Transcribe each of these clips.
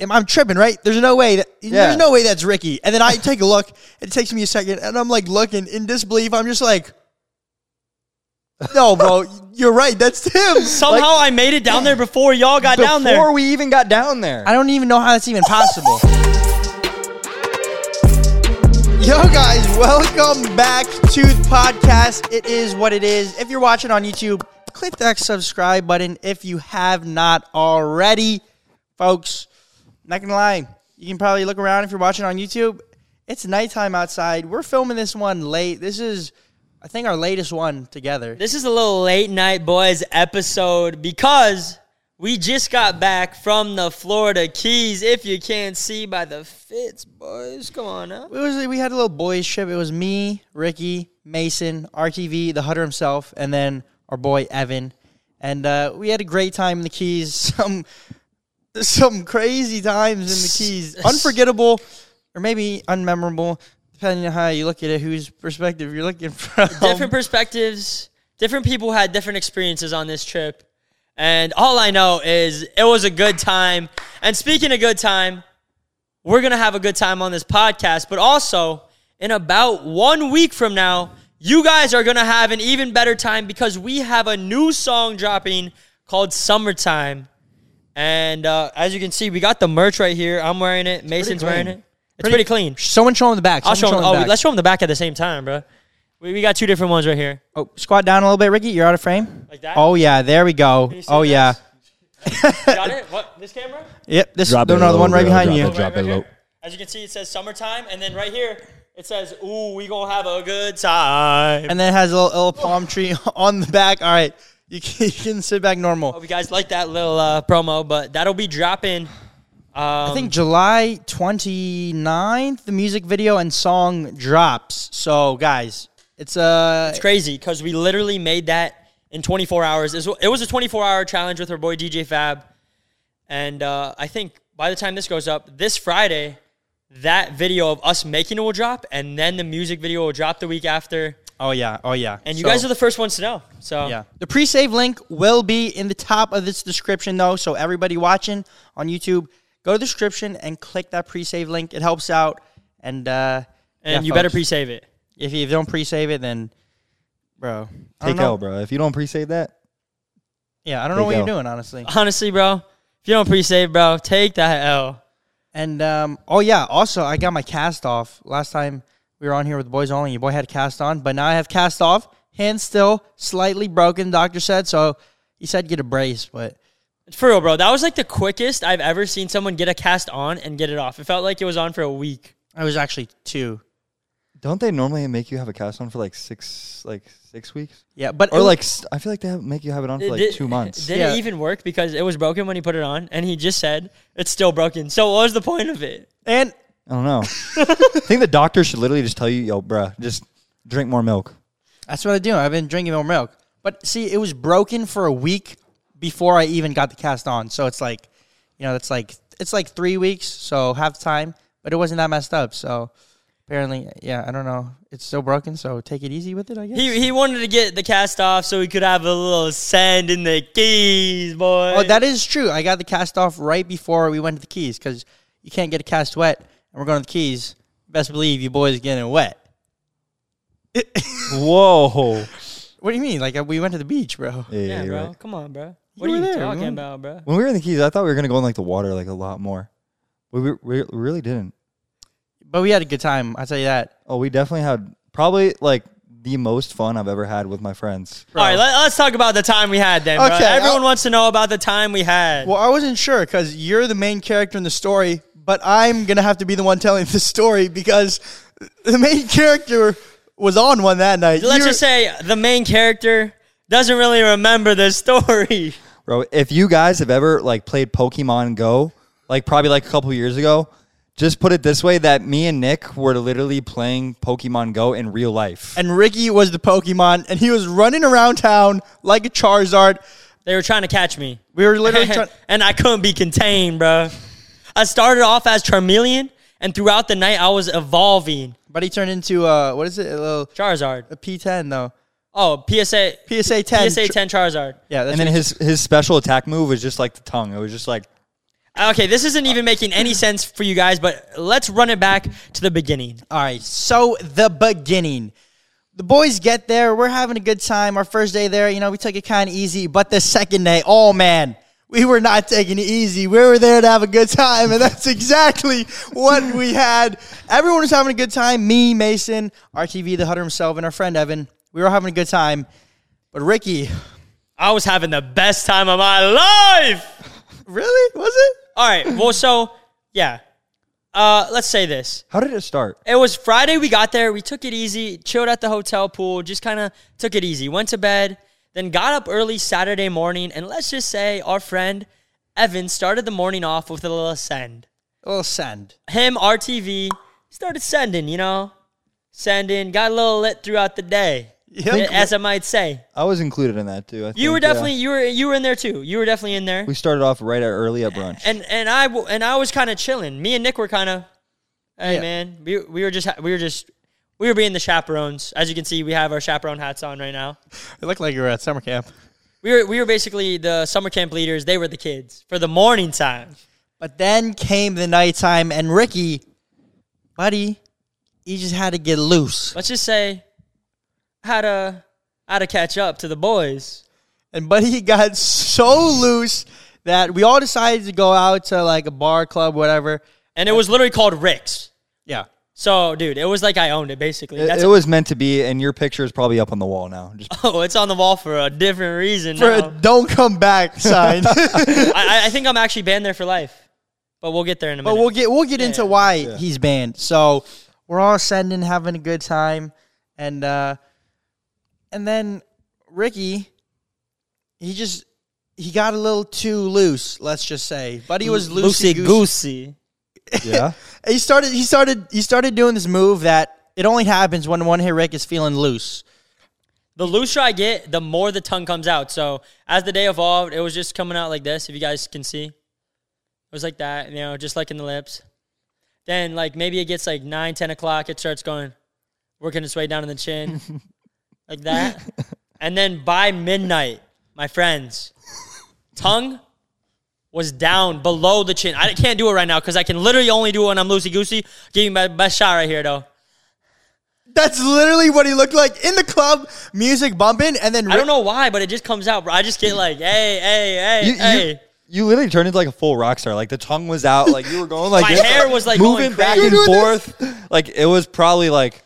am I'm tripping, right? There's no way that Yeah. there's no way that's Ricky. And then I take a look. It takes me a second, and I'm like looking in disbelief. I'm just like, no, bro, you're right. That's him. Somehow I made it down there before y'all got Before down there. we even got down there. I don't even know how that's even possible. Yo guys, welcome back to the podcast. It is what it is. If you're watching on YouTube, click that subscribe button if you have not already. Folks, not gonna lie, you can probably look around if you're watching on YouTube. It's nighttime outside. We're filming this one late. This is, I think, our latest one together. This is a little late night boys episode because we just got back from the Florida Keys. If you can't see by the fits, boys, come on now. It was we had a little boys trip. It was me, Ricky, Mason, RTV, the Hutter himself, and then our boy Evan. And uh, we had a great time in the Keys. Some some crazy times in the Keys, unforgettable or maybe unmemorable, depending on how you look at it, whose perspective you're looking from. Different perspectives, different people had different experiences on this trip. And all I know is it was a good time. And speaking of good time, we're going to have a good time on this podcast, but also in about one week from now, you guys are going to have an even better time because we have a new song dropping called Summertime. And uh, as you can see, we got the merch right here. I'm wearing it. Mason's wearing clean. it. It's pretty, clean. Someone show him the back. I'll Someone show show them. him Oh, the back. let's show them the back at the same time, bro. We, we got two different ones right here. Oh, squat down a little bit, Ricky. You're out of frame. Like that? Oh yeah, there we go. you see Oh this? yeah. Got it? What? This camera? Yep. This Drop no, it no, the low, one right girl, behind drop you. it. Drop Right here. low. As you can see, it says summertime, and then right here it says, "Ooh, we gonna have a good time." and then it has a little, little palm tree on the back. All right, you can, you can sit back normal. Hope you guys like that little uh, promo, but that'll be dropping. Um, I think July 29th, the music video and song drops. So, guys, it's uh, it's crazy because we literally made that in 24 hours. It was- It was a 24-hour challenge with our boy DJ Fab, and uh, I think by the time this goes up this Friday, that video of us making it will drop, and then the music video will drop the week after. oh yeah, oh yeah. And you guys are the first ones to know. So yeah. The pre-save link will be in the top of this description though, so everybody watching on YouTube, go to the description and click that pre-save link. It helps out, and uh, and you better pre-save it. If you don't pre-save it, then bro, I don't Take know. L, bro. If you don't pre-save that, Yeah, I don't know Take what L. you're doing honestly. honestly, bro, if you don't pre-save, bro, take that L. And um, oh yeah, also I got my cast off. Last time we were on here with the boys only, your boy had a cast on, but now I have cast off. Hand still slightly broken, doctor said. So he said get a brace, but For real, bro, that was like the quickest I've ever seen someone get a cast on and get it off. It felt like it was on for a week. I was actually two. don't they normally make you have a cast on for like six, like six weeks, Yeah, but or it- like s- I feel like they have, make you have it on for like Did- two months. Did Yeah. it even work? Because it was broken when he put it on, and he just said it's still broken. So what was the point of it? and I don't know. I think the doctor should literally just tell you, yo, bruh, just drink more milk. that's what I do. I've been drinking more milk. But see, it was broken for a week before I even got the cast on. So it's like, you know, it's like it's like three weeks, so half time. But it wasn't that messed up. So apparently, yeah, I don't know. It's still broken, so take it easy with it. I guess. He he wanted to get the cast off so he could have a little sand in the keys, boy. Oh, that is true. I got the cast off right before we went to the keys because you can't get a cast wet, and we're going to the keys. Best believe you boys getting wet. Whoa. What do you mean? Like uh, we went to the beach, bro? Yeah, yeah, you're bro. right. Come on, bro. What were are you there, talking man. about, bro? When we were in the Keys, I thought we were gonna go in like the water like a lot more. We, we, we really didn't. But we had a good time. I tell you that. Oh, we definitely had probably like the most fun I've ever had with my friends. All right, let, us talk about the time we had then, bro. Okay, Everyone I'll- wants to know about the time we had. Well, I wasn't sure because you're the main character in the story, but I'm gonna have to be the one telling the story because the main character was on one that night. Let's You're- just say the main character doesn't really remember the story. Bro, if you guys have ever like played Pokemon Go, like probably like a couple years ago, just put it this way that me and Nick were literally playing Pokemon Go in real life. and Ricky was the Pokemon, and he was running around town like a Charizard. They were trying to catch me. We were literally trying. and I couldn't be contained, bro. I started off as Charmeleon, and throughout the night, I was evolving. But he turned into uh, what is it? A little Charizard. a P10 though. Oh, PSA. PSA 10. PSA 10 Charizard. Yeah, that's And then his his special attack move was just like the tongue. It was just like Okay, this isn't even making any sense for you guys, but let's run it back to the beginning. All right. So the beginning. The boys get there. We're having a good time. Our first day there, you know, we took it kind of easy. But the second day, oh man, we were not taking it easy. We were there to have a good time, and that's exactly what we had. Everyone was having a good time. Me, Mason, RTV, the Hutter himself, and our friend Evan. We were all having a good time. But Ricky, I was having the best time of my life. really? Was it? All right, well, so yeah, uh, let's say this. How did it start? It was Friday. We got there. We took it easy, chilled at the hotel pool, just kind of took it easy. Went to bed, then got up early Saturday morning. And let's just say our friend Evan started the morning off with a little send. A little send. Him, RTV, started sending, you know? Sending, got a little lit throughout the day, Yep. as I might say. I was included in that too. I You think, were yeah. definitely you were you were in there too. You were definitely in there. We started off right at early at brunch. And and I w- and I was kind of chilling. Me and Nick were kind of, hey Yeah. man, we we were just ha- we were just we were being the chaperones. As you can see, we have our chaperone hats on right now. It looked like you were at summer camp. We were we were basically the summer camp leaders. They were the kids for the morning time. But then came the nighttime, and Ricky, buddy, he just had to get loose. Let's just say how to how to catch up to the boys. And buddy got so loose that we all decided to go out to like a bar club, whatever. And it was literally called Rick's. Yeah. So, dude, it was like I owned it basically. it, That's it was meant to be, and your picture is probably up on the wall now. Just oh, it's on the wall for a different reason. For now. a don't come back sign. but I, I- I think I'm actually banned there for life. But we'll get there in a minute. we'll get we'll get into why he's banned. So we're all sending, having a good time. And uh and then Ricky, he just he got a little too loose, let's just say. Buddy was loosey goosey. goosey. yeah, he started he started he started doing this move that it only happens when one hit Rick is feeling loose. The looser I get, the more the tongue comes out. So as the day evolved, it was just coming out like this. If you guys can see, it was like that. You know, just like in the lips. Then like maybe it gets like nine, ten o'clock. It starts going, working its way down to the chin, like that. And then by midnight, my friends, tongue was down below the chin. I can't do it right now because I can literally only do it when I'm loosey goosey. Give you my best shot right here though. That's literally what he looked like in the club, music bumping, and then I don't know why, but it just comes out, bro. I just get like, hey, hey, hey, you, hey. you, you literally turned into like a full rock star. Like the tongue was out, like you were going like My this, hair was, like, moving going back crazy. and You were doing forth. Like it was probably like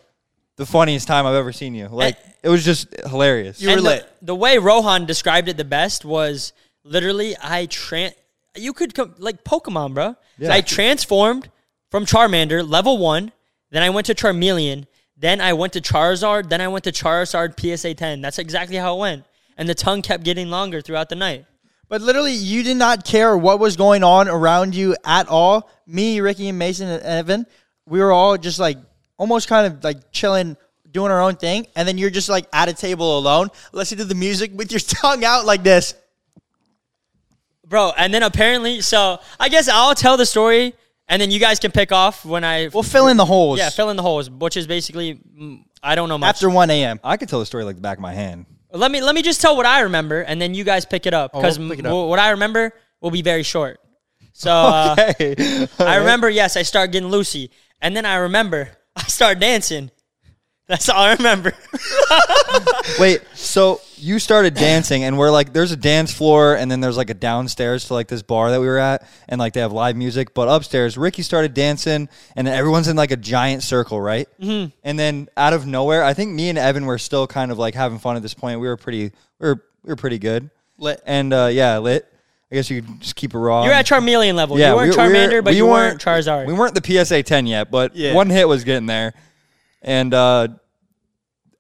the funniest time I've ever seen you. Like it was just hilarious. You were And the- lit. The, way Rohan described it the best was literally, I tran. You could com- like Pokemon, bro. Yeah. I transformed from Charmander level one, then I went to Charmeleon, then I went to Charizard, then I went to Charizard PSA ten. That's exactly how it went, and the tongue kept getting longer throughout the night. But literally, you did not care what was going on around you at all. Me, Ricky, and Mason, and Evan, we were all just like almost kind of like chilling, doing our own thing. And then you're just like at a table alone, listening to the music with your tongue out like this. Bro, and then apparently, so I guess I'll tell the story, and then you guys can pick off when I We'll fill in the holes Yeah, fill in the holes, which is basically mm, I don't know much. after 1 a.m. I could tell the story like the back of my hand. let me let me just tell what I remember, and then you guys pick it up Oh, because we'll pick it up. what I remember will be very short. So uh, Hey, I remember, yes, I start getting loosey, and then I remember I start dancing. That's all I remember. Wait, so you started dancing, and we're like, there's a dance floor, and then there's like a downstairs to like this bar that we were at, and like they have live music. But upstairs, Ricky started dancing, and then everyone's in like a giant circle, right? Mm-hmm. And then out of nowhere, I think me and Evan were still kind of like having fun at this point. We were pretty, we were, we were pretty good. Lit. And uh, yeah, lit. I guess you could just keep it raw. You're at Charmeleon level. Yeah, you weren't we- we were- Charmander, but we you weren't, Charizard. We weren't the PSA 10 yet, but Yeah. one hit was getting there. And uh,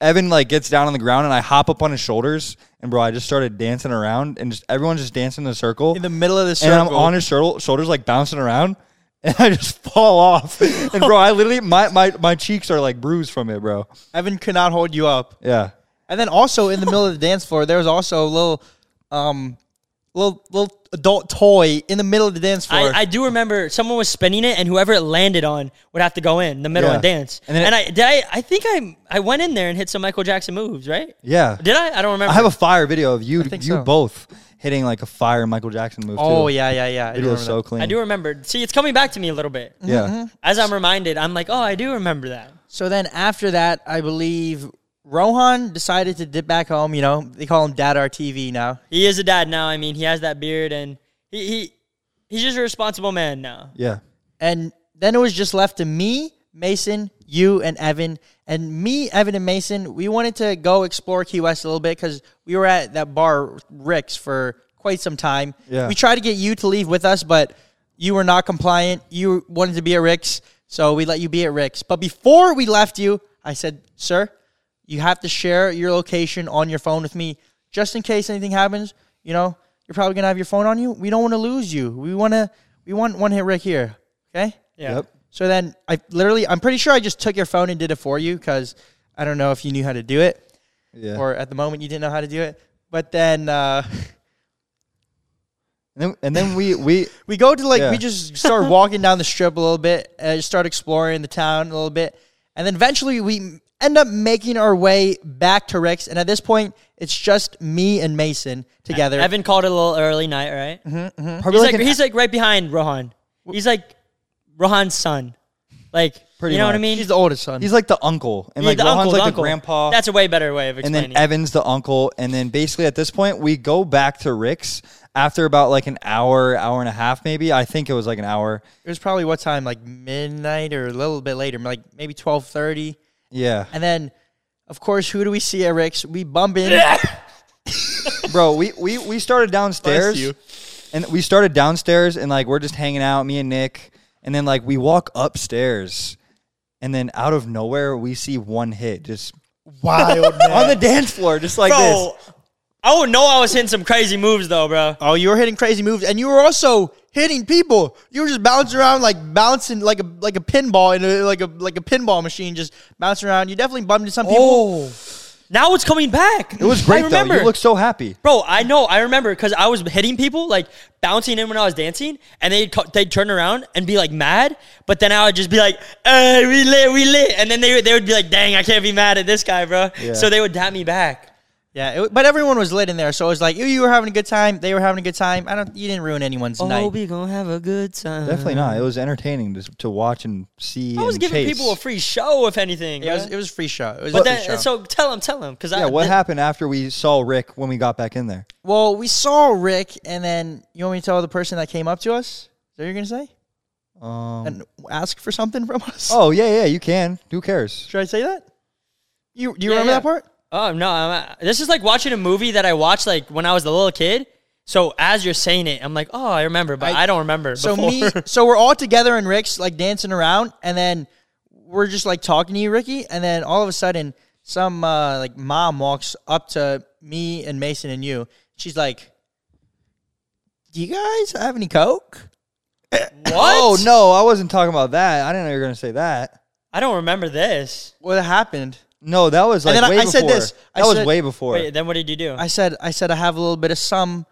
Evan like gets down on the ground, and I hop up on his shoulders, and bro, I just started dancing around, and just everyone's just dancing in a circle. In the middle of the and circle. I'm on his shirtle- shoulders, like bouncing around, and I just fall off. and bro, I literally my, my my cheeks are like bruised from it, bro. Evan could not hold you up. Yeah. And then also in the middle of the dance floor, there was also a little, um, little little adult toy in the middle of the dance floor. I, I do remember someone was spinning it, and whoever it landed on would have to go in the middle Yeah. and dance. And And, then it- I did. I, I think I I went in there and hit some Michael Jackson moves, right? Yeah. Did I? I don't remember. I have a fire video of you you think so. both hitting like a fire Michael Jackson move. oh too. yeah, yeah, yeah. I do Mm-hmm. Video remember so that. clean. I do remember. See, it's coming back to me a little bit. Yeah. As I'm reminded, I'm like, oh, I do remember that. So then after that, I believe Rohan decided to dip back home. You know, they call him Dad RTV now. He is a dad now. I mean, he has that beard, and he, he he's just a responsible man now. Yeah. And then it was just left to me, Mason, you, and Evan. And me, Evan, and Mason, we wanted to go explore Key West a little bit because we were at that bar, Rick's, for quite some time. Yeah. We tried to get you to leave with us, but you were not compliant. You wanted to be at Rick's, so we let you be at Rick's. But before we left you, I said, Sir, you have to share your location on your phone with me just in case anything happens. You know, you're probably going to have your phone on you. We don't want to lose you. We want to, we want one hit Rick here. Okay. Yeah. Yep. So then I literally, I'm pretty sure I just took your phone and did it for you because I don't know if you knew how to do it Yeah. or at the moment you didn't know how to do it. But then uh, and then and then we we we go to like, Yeah. we just start walking down the strip a little bit, uh, just start exploring the town a little bit. And then eventually we end up making our way back to Rick's. And at this point, it's just me and Mason together. Evan called it a little early night, right? probably Hmm. He's like, like an- he's like right behind Rohan. He's like Rohan's son. Like Pretty you know what I much. mean? He's the oldest son. he's like the uncle and Yeah, like the Rohan's uncle, like the uncle. grandpa. That's a way better way of and explaining. then Evan's the uncle, and then basically at this point we go back to Rick's after about like an hour, hour and a half, maybe. I think it was like an hour. it was probably what time? Like midnight or a little bit later, like maybe 1230. Yeah, And then, of course, who do we see at Rick's? We bump in. bro, we we we started downstairs, you. and we started downstairs, and like we're just hanging out, me and Nick, and then like we walk upstairs, and then out of nowhere we see one hit just Wild man. on the dance floor, just like bro, I would know I was hitting some crazy moves though, bro. Oh, you were hitting crazy moves, and you were also hitting people. You were just bouncing around like bouncing like a like a pinball in a, like a like a pinball machine, just bouncing around. You definitely bumped into some people. Oh, now it's coming back. this. It was great I though. remember. You look so happy. Bro, I know. I remember because I was hitting people, like bouncing in when I was dancing, and they'd co- they'd turn around and be like mad, but then I would just be like, "Hey, we lit, we lit," and then they would- they would be like, "Dang, I can't be mad at this guy, bro." Yeah. So they would dap me back. Yeah, it, wa- but everyone was lit in there, so it was like you, you were having a good time. They were having a good time. I don't. You didn't ruin anyone's night. we gonna have a good time. Definitely not. It was entertaining to, to watch and see. I was and giving chase. people a free show, if anything. it was bruh. it was a free show. It was but a free then, show. so tell him, tell him, because Yeah, I, what th- happened after we saw Rick when we got back in there? well, we saw Rick, and then you want me to tell the person that came up to us? Is that what you're gonna say? Um, And ask for something from us? oh yeah, yeah, you can. Who cares? Should I say that? You do you Yeah, remember yeah. that part? Oh no, I'm, this is like watching a movie that I watched like when I was a little kid. So as you're saying it, I'm like, oh, I remember, but I, I- don't remember. So before. me, so we're all together and Rick's like dancing around, and then we're just like talking to you, Ricky, and then all of a sudden, some uh, like mom walks up to me and Mason and you. She's like, "Do you guys have any coke?" what? Oh no, I wasn't talking about that. I didn't know you were gonna say that. I don't remember this. What happened? No, that was like And then I- way I before. said this. I That was said- way before. Wait, then what did you do? I said, I said I have a little bit of some.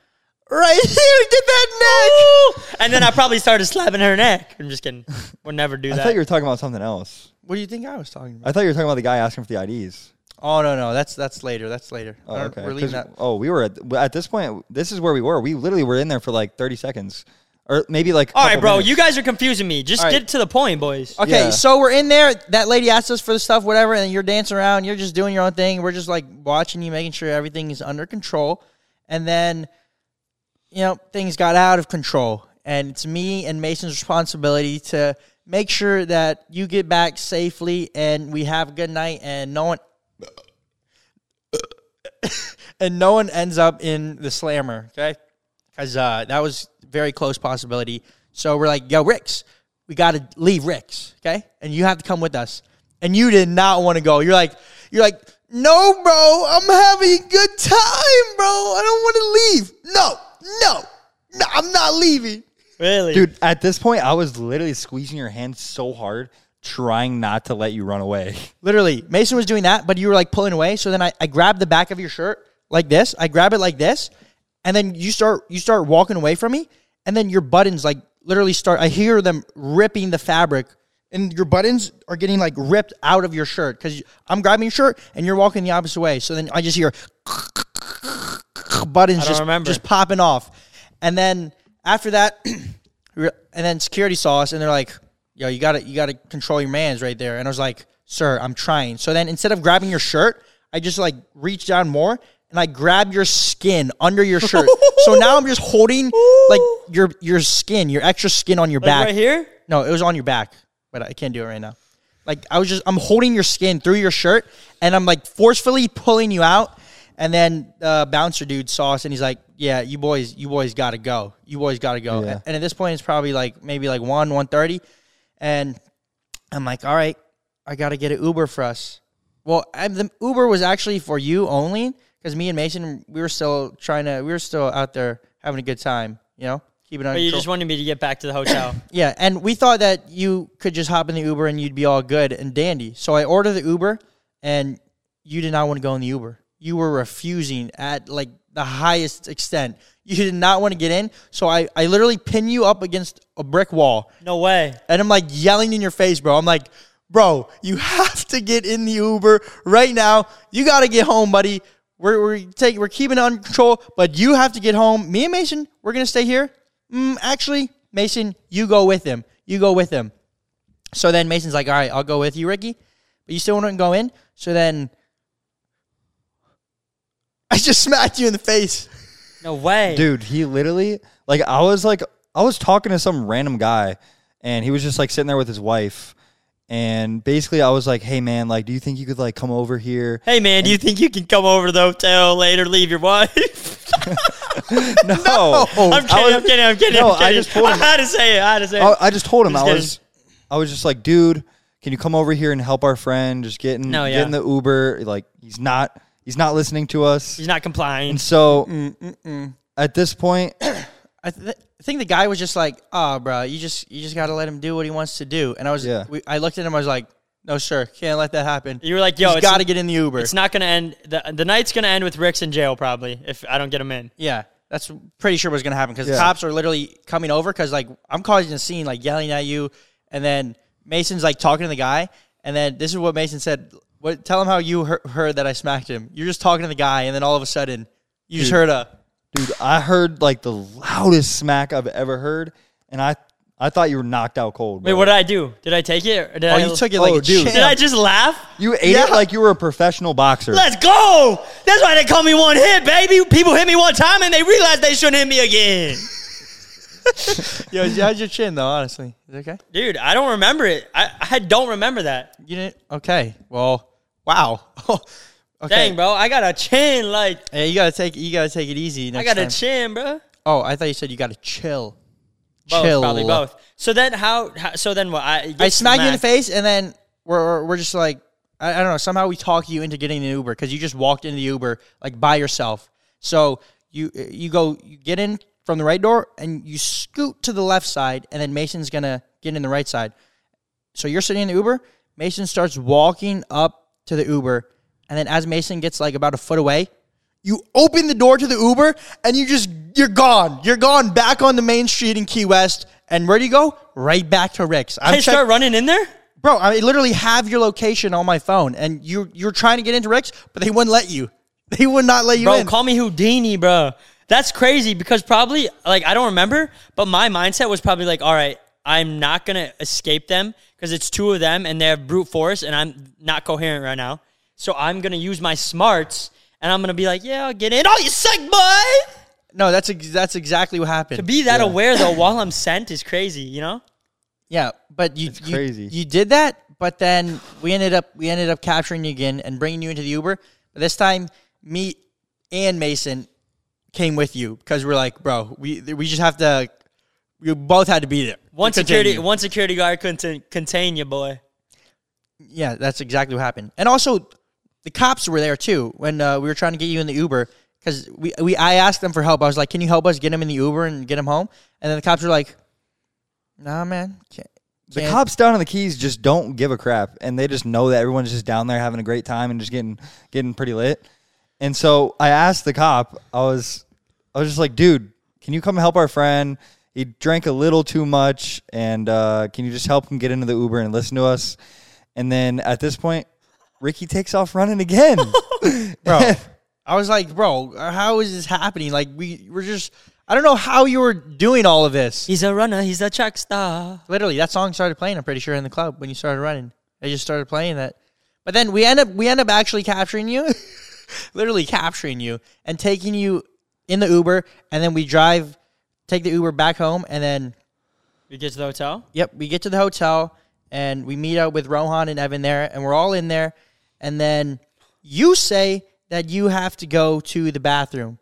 Right there, did that neck. and then I probably started slapping her neck. I'm just kidding. Would never do I that. thought you were talking about something else. What do you think I was talking about? I thought you were talking about the guy asking for the IDs. Oh no, no, that's that's later. That's later. Oh, I don't- okay. Uh, We're leaving 'Cause- that. Oh, we were at, at this point. This is where we were. We literally were in there for like thirty seconds, or maybe like. a All right, couple bro, minutes. you guys are confusing me. Just All right. get to the point, boys. Okay, Yeah. so we're in there. That lady asked us for the stuff, whatever, and you're dancing around. You're just doing your own thing. We're just like watching you, making sure everything is under control. And then, you know, things got out of control. And it's me and Mason's responsibility to make sure that you get back safely and we have a good night and no one. And no one ends up in the slammer, okay? Because uh, that was very close possibility. So we're like, yo, Rick's, we got to leave Rick's, okay? And you have to come with us. And you did not want to go. You're like, you're like, no, bro, I'm having a good time, bro. I don't want to leave. No, no, no, I'm not leaving. Really? dude. At this point, I was literally squeezing your hand so hard, trying not to let you run away. Literally, Mason was doing that, but you were like pulling away. So then I, I grabbed the back of your shirt like this. I grab it like this, and then you start you start walking away from me, and then your buttons like literally start. I hear them ripping the fabric, and your buttons are getting like ripped out of your shirt because I'm grabbing your shirt and you're walking the opposite way. So then I just hear buttons just remember. just popping off, and then after that, re- and then security saw us and they're like, "Yo, you gotta you gotta control your man's right there." And I was like, "Sir, I'm trying." So then instead of grabbing your shirt, I just like reached down more and I grabbed your skin under your shirt. so now I'm just holding like your your skin, your extra skin on your back. right here. No, it was on your back, but I can't do it right now. Like I was just, I'm holding your skin through your shirt, and I'm like forcefully pulling you out. And then uh, bouncer dude saw us, and he's like, "Yeah, you boys, you boys got to go. You boys got to go." Yeah. And, and at this point, it's probably like maybe like one, one thirty, and I'm like, "All right, I got to get an Uber for us." Well, I'm, the Uber was actually for you only because me and Mason, we were still trying to, we were still out there having a good time, you know, keeping on. But you control. just wanted me to get back to the hotel. Yeah, and we thought that you could just hop in the Uber and you'd be all good and dandy. So I ordered the Uber, and you did not want to go in the Uber. You were refusing at like the highest extent. You did not want to get in. So I, I literally pin you up against a brick wall, no way. and I'm like yelling in your face, bro. I'm like, bro, you have to get in the Uber right now. You got to get home, buddy. We're we're taking we're keeping it under control, but you have to get home. Me and Mason, we're gonna stay here. Mm, actually, Mason, you go with him. You go with him. So then Mason's like, all right, I'll go with you, Ricky. But you still wouldn't go in. So then I just smacked you in the face. No way. dude he literally like i was like i was talking to some random guy and he was just like sitting there with his wife and basically i was like hey man like do you think you could like come over here Hey man, do you think you can come over to the hotel later, leave your wife? no, I'm kidding, was- I'm kidding, I'm kidding, no, I'm kidding. I just told him. Oh, uh, had to say it, I had to say it. I, I just told him. Just I kidding. was, I was just like, dude, can you come over here and help our friend? Just getting, No, yeah. getting the Uber. Like he's not, he's not listening to us. He's Mm, not complying. And so at this point, I, th- I think the guy was just like, "Ah, bro, you just you just gotta let him do what he wants to do." And I was, Yeah. we, I looked at him, I was like, "No, sir, can't let that happen." You were like, yo, he's it's, got to get in the Uber. it's not gonna end the the night's gonna end with Rick's in jail probably if I don't get him in. yeah, that's pretty sure what's gonna happen because Yeah. the cops are literally coming over because like I'm causing a scene, like yelling at you, and then Mason's like talking to the guy, and then this is what Mason said. What? Tell him how you hear- heard that I smacked him. You're just talking to the guy, and then all of a sudden, you just heard a. dude, I heard like the loudest smack I've ever heard, and I, I thought you were knocked out cold. Wait, bro. what did I do? Did I take it? Or did Oh, I, you took it like oh, a dude. champ. Did I just laugh? you ate it Yeah. like you were a professional boxer. Let's go! That's why they call me one hit, baby. People hit me one time and they realize they shouldn't hit me again. Yo, how's your chin though? Honestly, is it okay? Dude, I don't remember it. I, I don't remember that. You didn't. Okay. Well. Wow. okay. Dang, bro. I got a chin. Like, Yeah, you gotta take you gotta take it easy. Next I got time. a chin, bro. oh, I thought you said you gotta chill. Both, chill. probably both. So then how, how? So then what? I, I smack you in the face, and then we're we're- we're just like I, I don't know. Somehow we talk you into getting an Uber because you just walked into the Uber like by yourself. So you you go you get in from the right door and you scoot to the left side, and then Mason's gonna get in the right side. So you're sitting in the Uber. Mason starts walking up to the Uber, and then as Mason gets like about a foot away, you open the door to the Uber, and you just you're gone. You're gone back on the main street in Key West. And where do you go? Right back to Rick's. I'm I check- start running in there. bro. I literally have your location on my phone, and you you're trying to get into Rick's, but they wouldn't let you. They would not let you Bro, in. call me Houdini, bro. That's crazy because probably like I don't remember, but my mindset was probably like, all right, I'm not gonna escape them because it's two of them and they have brute force and I'm not coherent right now. So I'm gonna use my smarts and I'm gonna be like, yeah, I'll get in. Oh, you suck, boy. no, that's ex- that's exactly what happened. To be that aware though, while I'm sent is crazy, you know. Yeah, but you, you crazy. You did that, but then we ended up we ended up capturing you again and bringing you into the Uber. But this time, me and Mason came with you because we're like, bro, we we just have to. We both had to beat it. One to security, continue." one security guard couldn't contain you, boy. Yeah, that's exactly what happened. And also, the cops were there too when uh, we were trying to get you in the Uber because we, we I asked them for help. I was like, "Can you help us get him in the Uber and get him home?" And then the cops were like, "Nah, man, can't." The can't." cops down on the keys just don't give a crap, and they just know that everyone's just down there having a great time and just getting getting pretty lit. And so I asked the cop, I was I was just like, dude, can you come help our friend? He drank a little too much, and uh, can you just help him get into the Uber and listen to us? And then at this point, Ricky takes off running again. bro. I was like, bro, how is this happening? Like, we we're just, I don't know how you were doing all of this. He's a runner. He's a track star. Literally, that song started playing. I'm pretty sure in the club when you started running, I just started playing that. But then we end up we end up actually capturing you, literally capturing you and taking you in the Uber, and then we drive, take the Uber back home, and then We get to the hotel. Yep, we get to the hotel and we meet up with Rohan and Evan there, and we're all in there. And then you say that you have to go to the bathroom,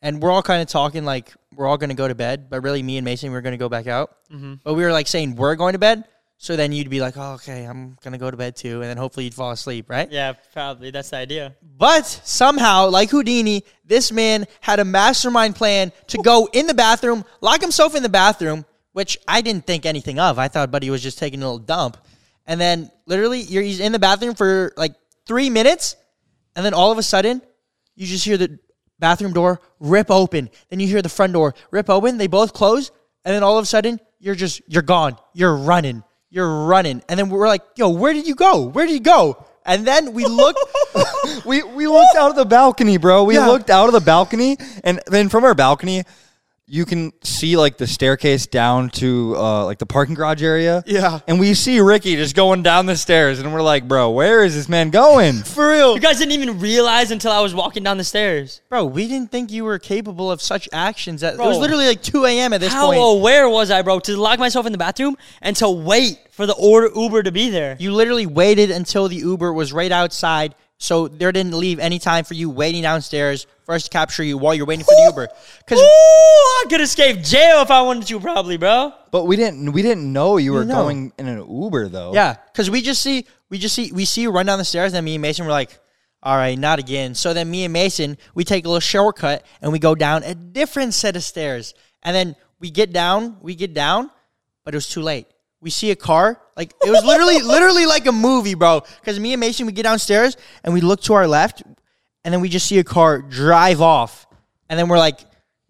and we're all kind of talking like we're all going to go to bed, but really, me and Mason we're going to go back out. But we were like saying we're going to bed, so then you'd be like, "Oh, okay, I'm going to go to bed too," and then hopefully you'd fall asleep, right? Yeah, probably. That's the idea. But somehow, like Houdini, this man had a mastermind plan to go in the bathroom, lock himself in the bathroom, which I didn't think anything of. I thought Buddy was just taking a little dump. And then literally, you're, he's in the bathroom for like three minutes. And then all of a sudden, you just hear the bathroom door rip open. Then you hear the front door rip open. They both close. And then all of a sudden, you're just, you're gone. You're running. You're running. And then we're like, yo, where did you go? Where did you go? And then we look. we we looked out of the balcony, bro. We Yeah. looked out of the balcony, and then from our balcony, you can see like the staircase down to uh, like the parking garage area. Yeah. and we see Ricky just going down the stairs, and we're like, bro, where is this man going? For real. You guys didn't even realize until I was walking down the stairs. Bro, we didn't think you were capable of such actions. At, it was Bro. literally like 2 a.m. at this How point. aware was I, bro, to lock myself in the bathroom and to wait for the order Uber to be there? You literally waited until the Uber was right outside, so there didn't leave any time for you waiting downstairs for us to capture you while you're waiting for the Uber. Because Ooh, I could escape jail if I wanted to, probably, bro. But we didn't we didn't know you were know. going in an Uber though. yeah, because we just see we just see we see you run down the stairs, and me and Mason were like, "All right, not again." So then me and Mason we take a little shortcut and we go down a different set of stairs, and then we get down, we get down, but it was too late. We see a car, like it was literally, literally like a movie, bro. Because me and Mason, we get downstairs and we look to our left, and then we just see a car drive off, and then we're like,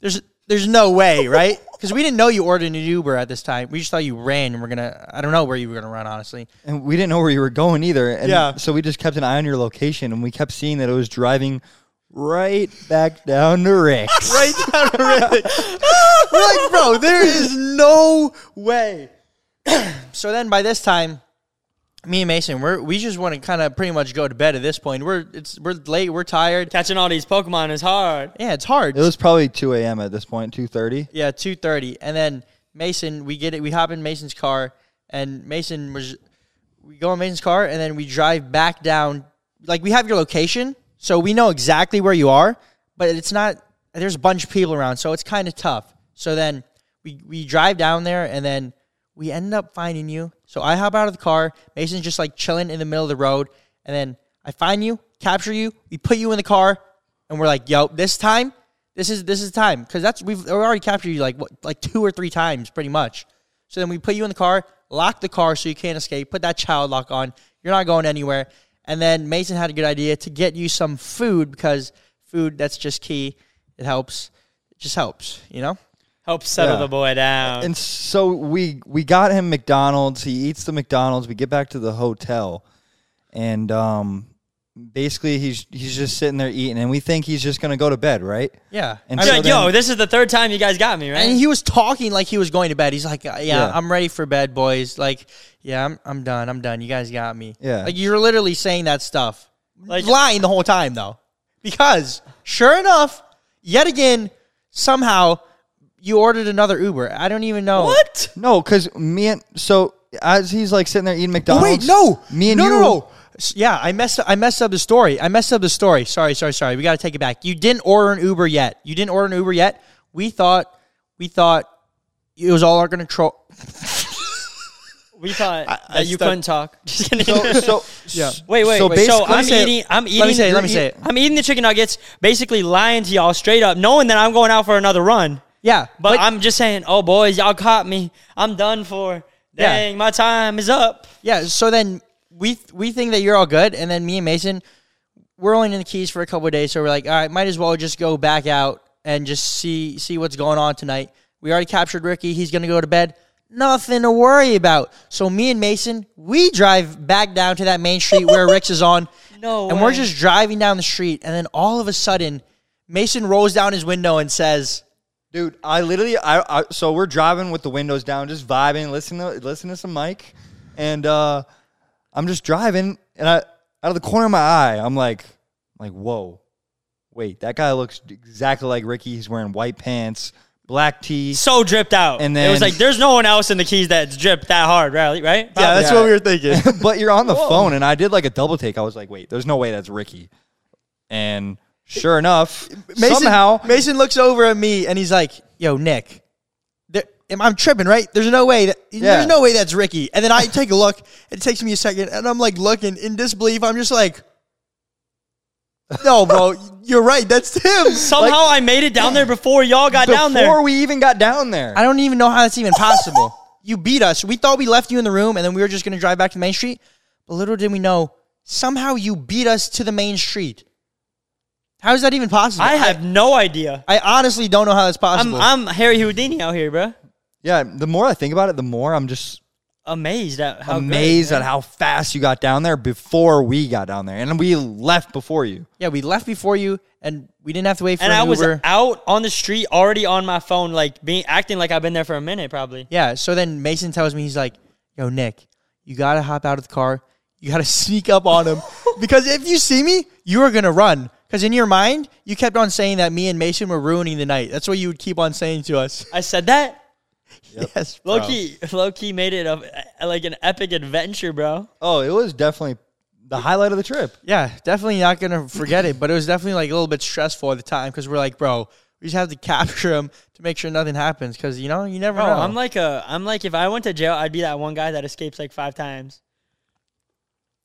"There's, there's no way, right?" Because we didn't know you ordered an Uber at this time. We just thought you ran, and we're gonna, I don't know where you were gonna run, honestly. and we didn't know where you were going either. And Yeah. so we just kept an eye on your location, and we kept seeing that it was driving right back down to Rick's. Right down the road. we're like, bro, there is no way. so then, by this time. Me and Mason, we're, we just want to kind of pretty much go to bed at this point. We're it's we're late, we're tired. Catching all these Pokemon is hard. Yeah, it's hard. It was probably two a.m. at this point, two thirty. yeah, two thirty, and then Mason. We get it. We hop in Mason's car, and Mason was. We go in Mason's car, and then we drive back down. Like we have your location, so we know exactly where you are. But it's not. There's a bunch of people around, so it's kind of tough. So then we we drive down there, and then we end up finding you. So I hop out of the car. Mason's just like chilling in the middle of the road, and then I find you, capture you. We put you in the car, and we're like, "Yo, this time, this is this is time," because that's we've we already captured you like what like two or three times, pretty much. So then we put you in the car, lock the car so you can't escape. Put that child lock on. You're not going anywhere. And then Mason had a good idea to get you some food because food that's just key. It helps. It just helps, you know. Help settle Yeah. the boy down. and so we we got him McDonald's. He eats the McDonald's. We get back to the hotel, and um, basically he's he's just sitting there eating, and we think he's just gonna go to bed, right? Yeah. And I so mean- Yo, then- yo, this is the third time you guys got me, right? and he was talking like he was going to bed. He's like, "Yeah, Yeah. I'm ready for bed, boys. Like, yeah, I'm I'm done. I'm done. You guys got me. Yeah. Like you're literally saying that stuff, Like- lying the whole time though, because sure enough, yet again, somehow you ordered another Uber. I don't even know what? No, because me and so as he's like sitting there eating Oh, wait, McDonald's. no, me and no, you. no, no. S- Yeah, I messed up. I messed up the story. I messed up the story. Sorry, sorry, sorry. We got to take it back. You didn't order an Uber yet. You didn't order an Uber yet. We thought, we thought it was all our control. We thought I that you stuck- couldn't talk. Just kidding. So, so Yeah. Wait, wait. So So, basically, so I'm say it. eating. I'm eating. Let me say it. Let me you're say eat- it. I'm eating the chicken nuggets, basically lying to y'all straight up, knowing that I'm going out for another run. Yeah, But I'm just saying, oh boys, y'all caught me. I'm done for. Yeah. Dang, my time is up. Yeah, so then we we think that you're all good, and then me and Mason, we're only in the keys for a couple of days, so we're like, all right, might as well just go back out and just see see what's going on tonight. We already captured Ricky. He's going to go to bed. Nothing to worry about. So me and Mason, we drive back down to that main street where Rick's is on. No And we're way. just driving down the street, and then all of a sudden, Mason rolls down his window and says, Dude, I literally, I, I so we're driving with the windows down, just vibing, listening to listening to some Mike, and uh, I'm just driving, and I out of the corner of my eye, I'm like, like, whoa, wait, that guy looks exactly like Ricky. He's wearing white pants, black tee. so dripped out. And And then it was then- like there's no one else in the keys that's dripped that hard, right? Right? Yeah, that's Yeah. what we were thinking. but you're on the phone, and I did like a double take. I was like, wait, there's no way that's Ricky, and sure enough, Mason, somehow Mason looks over at me and he's like, "Yo, Nick, there, am, I'm tripping, right? There's no way that Yeah. there's no way that's Ricky." And then I take a look. It takes me a second, and I'm like looking in disbelief. I'm just like, "No, bro, oh, you're right. That's him." Somehow I made it down there before y'all got before down there. we even got down there, I don't even know how that's even possible. you beat us. We thought we left you in the room, and then we were just gonna drive back to Main Street. But little did we know, somehow you beat us to the Main Street. How is that even possible? I have no idea. I honestly don't know how that's I'm possible. I'm Harry Houdini out here, bro. yeah. The more I think about it, the more I'm just Amazed at how good- amazed at how fast you got down there before we got down there, and we left before you. Yeah, we left before you, and we didn't have to wait for and an I was Uber. out on the street already on my phone, like being acting like I've been there for a minute, probably. yeah, so then Mason tells me he's like, "Yo, Nick, you gotta hop out of the car. You gotta sneak up on him because if you see me, you are gonna run." Because in your mind, you kept on saying that me and Mason were ruining the night. That's what you would keep on saying to us. I said that. Yes, bro. Oh. Loki, Loki made it a, like an epic adventure, bro. Oh, it was definitely the highlight of the trip. Yeah, definitely not gonna forget it. But it was definitely like a little bit stressful at the time because we're like, bro, we just have to capture him to make sure nothing happens. Because you know, you never Bro, know. I'm like a, I'm like if I went to jail, I'd be that one guy that escapes like five times.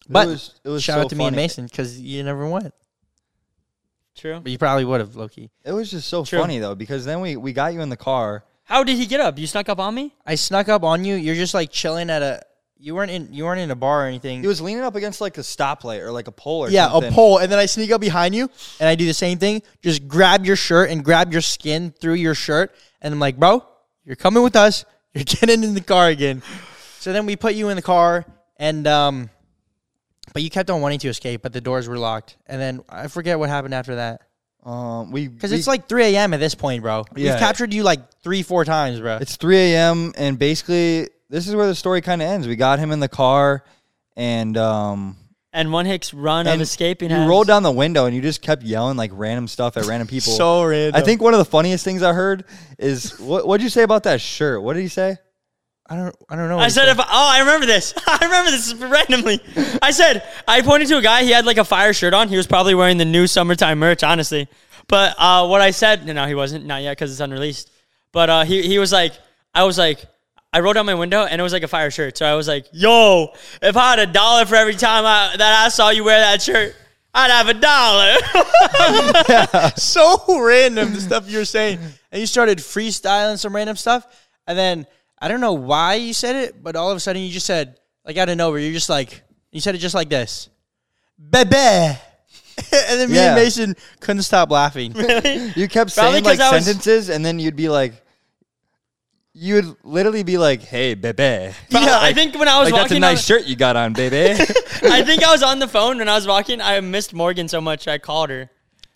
But it was, it was shout so out to me and funny. Mason because you never went, True. but you probably would have, Loki. It was just so True. funny though because then we we got you in the car. How did he get up? You snuck up on me? I snuck up on you. You're just like chilling at a. You weren't in. You weren't in a bar or anything. He was leaning up against like a stoplight or like a pole or yeah, something. a pole, and then I sneak up behind you, and I do the same thing. Just grab your shirt and grab your skin through your shirt, and I'm like, bro, you're coming with us. You're getting in the car again. So then we put you in the car, and um, but you kept on wanting to escape, but the doors were locked, and then I forget what happened after that. Um, we Because it's like 3 a.m. at this point, bro. Yeah. We've captured you like three, four times, bro. It's 3 a.m. and basically this is where the story kind of ends. We got him in the car and um And one Hicks run and of escaping. You has- rolled down the window and you just kept yelling like random stuff at random people. so random. I think one of the funniest things I heard is what what'd you say about that shirt? What did he say? I don't. I don't know. what I he said, if I, oh, I remember this. I remember this randomly. I said, I pointed to a guy. He had like a fire shirt on. He was probably wearing the new summertime merch, honestly. But uh, what I said, no, no, he wasn't, not yet, because it's unreleased. But uh, he he was like, I was like, I rolled down my window and it was like a fire shirt. So I was like, yo, if I had a dollar for every time I, that I saw you wear that shirt, I'd have a dollar. so random the stuff you were saying, and you started freestyling some random stuff, and then I don't know why you said it, but all of a sudden you just said like out of nowhere, you're just like you said it just like this, bebe, and then me Yeah. and Mason couldn't stop laughing. You kept Probably saying like 'cause I was- sentences, and then you'd be like, you would literally be like, "Hey, bebe." I think when I was Like that's walking, a on nice the- shirt you got on, baby. I think I was on the phone when I was walking. I missed Morgan so much I called her,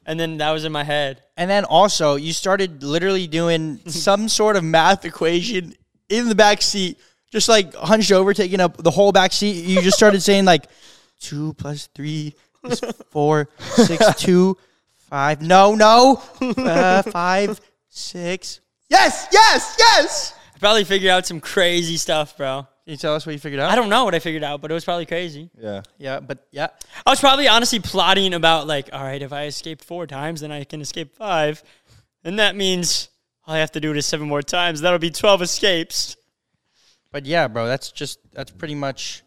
and then that was in my head. And then also, you started literally doing some sort of math equation in the back seat, just like hunched over, taking up the whole back seat. You just started saying like two plus three is four, six, two, five. No, no, uh, five, six. Yes, yes, yes. I probably figured out some crazy stuff, bro. Can you tell us what you figured out? I don't know what I figured out, but it was probably crazy. yeah. yeah, but yeah. I was probably honestly plotting about like, all right, if I escaped four times, then I can escape five, and that means all I have to do it is seven more times. That'll be twelve escapes. But yeah, bro, that's just, that's pretty much,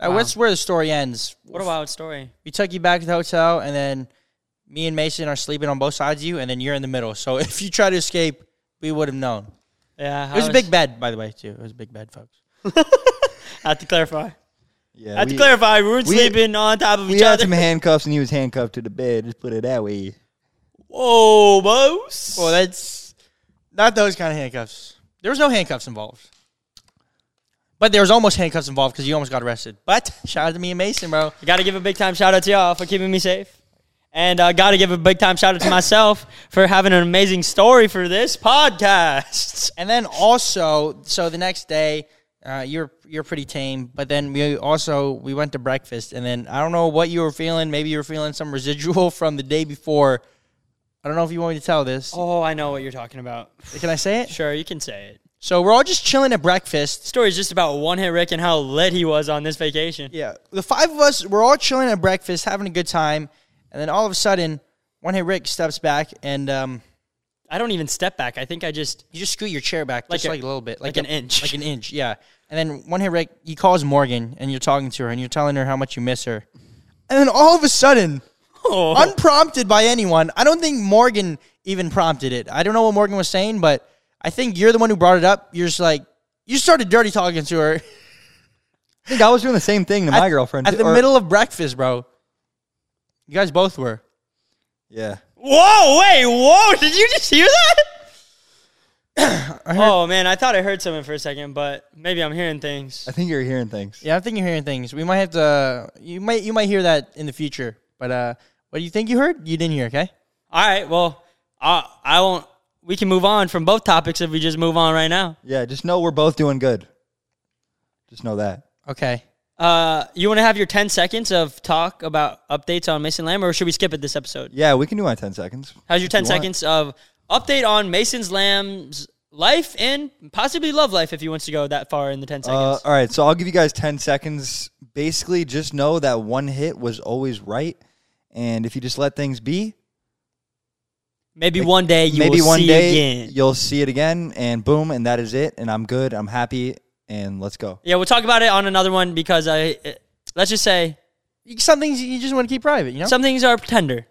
uh, that's where the story ends. What a wild story! we took you back to the hotel, and then me and Mason are sleeping on both sides of you, and then you're in the middle. So if you try to escape, we would have known. Yeah, It was a big bed, by the way, too. It was a big bed, folks. I have to clarify. I Yeah. have We, to clarify. We weren't we- sleeping on top of we each had other. some handcuffs, and he was handcuffed to the bed. Just put it that way. Whoa, boss. Well, that's not those kind of handcuffs. There was no handcuffs involved. But there was almost handcuffs involved because you almost got arrested. But shout out to me and Mason, bro. I gotta give a big time shout out to y'all for keeping me safe. And I gotta give a big time shout out to myself for having an amazing story for this podcast. And then also, so the next day, uh, you're you're pretty tame. But then we also we went to breakfast, and then I don't know what you were feeling. Maybe you were feeling some residual from the day before. I don't know if you want me to tell this. Oh, I know what you're talking about. Can I say it? Sure, you can say it. So we're all just chilling at breakfast. Story's just about one hit Rick and how lit he was on this vacation. Yeah, the five of us we're all chilling at breakfast, having a good time, and then all of a sudden, one hit Rick steps back and um, I don't even step back. I think I just you just scoot your chair back Like just a- like a little bit, like an a- inch. like an inch, yeah. And then one hit Rick, he calls Morgan, and you're talking to her, and you're telling her how much you miss her, and then all of a sudden, oh. unprompted by anyone, I don't think Morgan even prompted it. I don't know what Morgan was saying, but I think you're the one who brought it up. You're just like you started dirty talking to her I think I was doing the same thing to my at- girlfriend at the or- middle of breakfast, bro. You guys both were. Yeah, Whoa, wait, whoa, did you just hear that? oh man, I thought I heard something for a second, but maybe I'm hearing things. I think you're hearing things. Yeah, I think you're hearing things. We might have to. You might you might hear that in the future. But uh, what do you think you heard? You didn't hear, okay? All right, well, I I won't we can move on from both topics if we just move on right now. Yeah, just know we're both doing good. Just know that. Okay. Uh, you want to have your 10 seconds of talk about updates on Mason Lamb, or should we skip it this episode? Yeah, we can do my 10 seconds. How's your 10 you want. seconds of update on Mason's Lamb's life and possibly love life if he wants to go that far in the 10 Uh, seconds? all right, so I'll give you guys 10 seconds. Basically, just know that one hit was always right. And if you just let things be, maybe one day you maybe will one see day again. you'll see it again, and boom, and that is it. And I'm good, I'm happy, and let's go. yeah, we'll talk about it on another one because I it- let's just say You- Some things you just want to keep private, you know. some things are tender.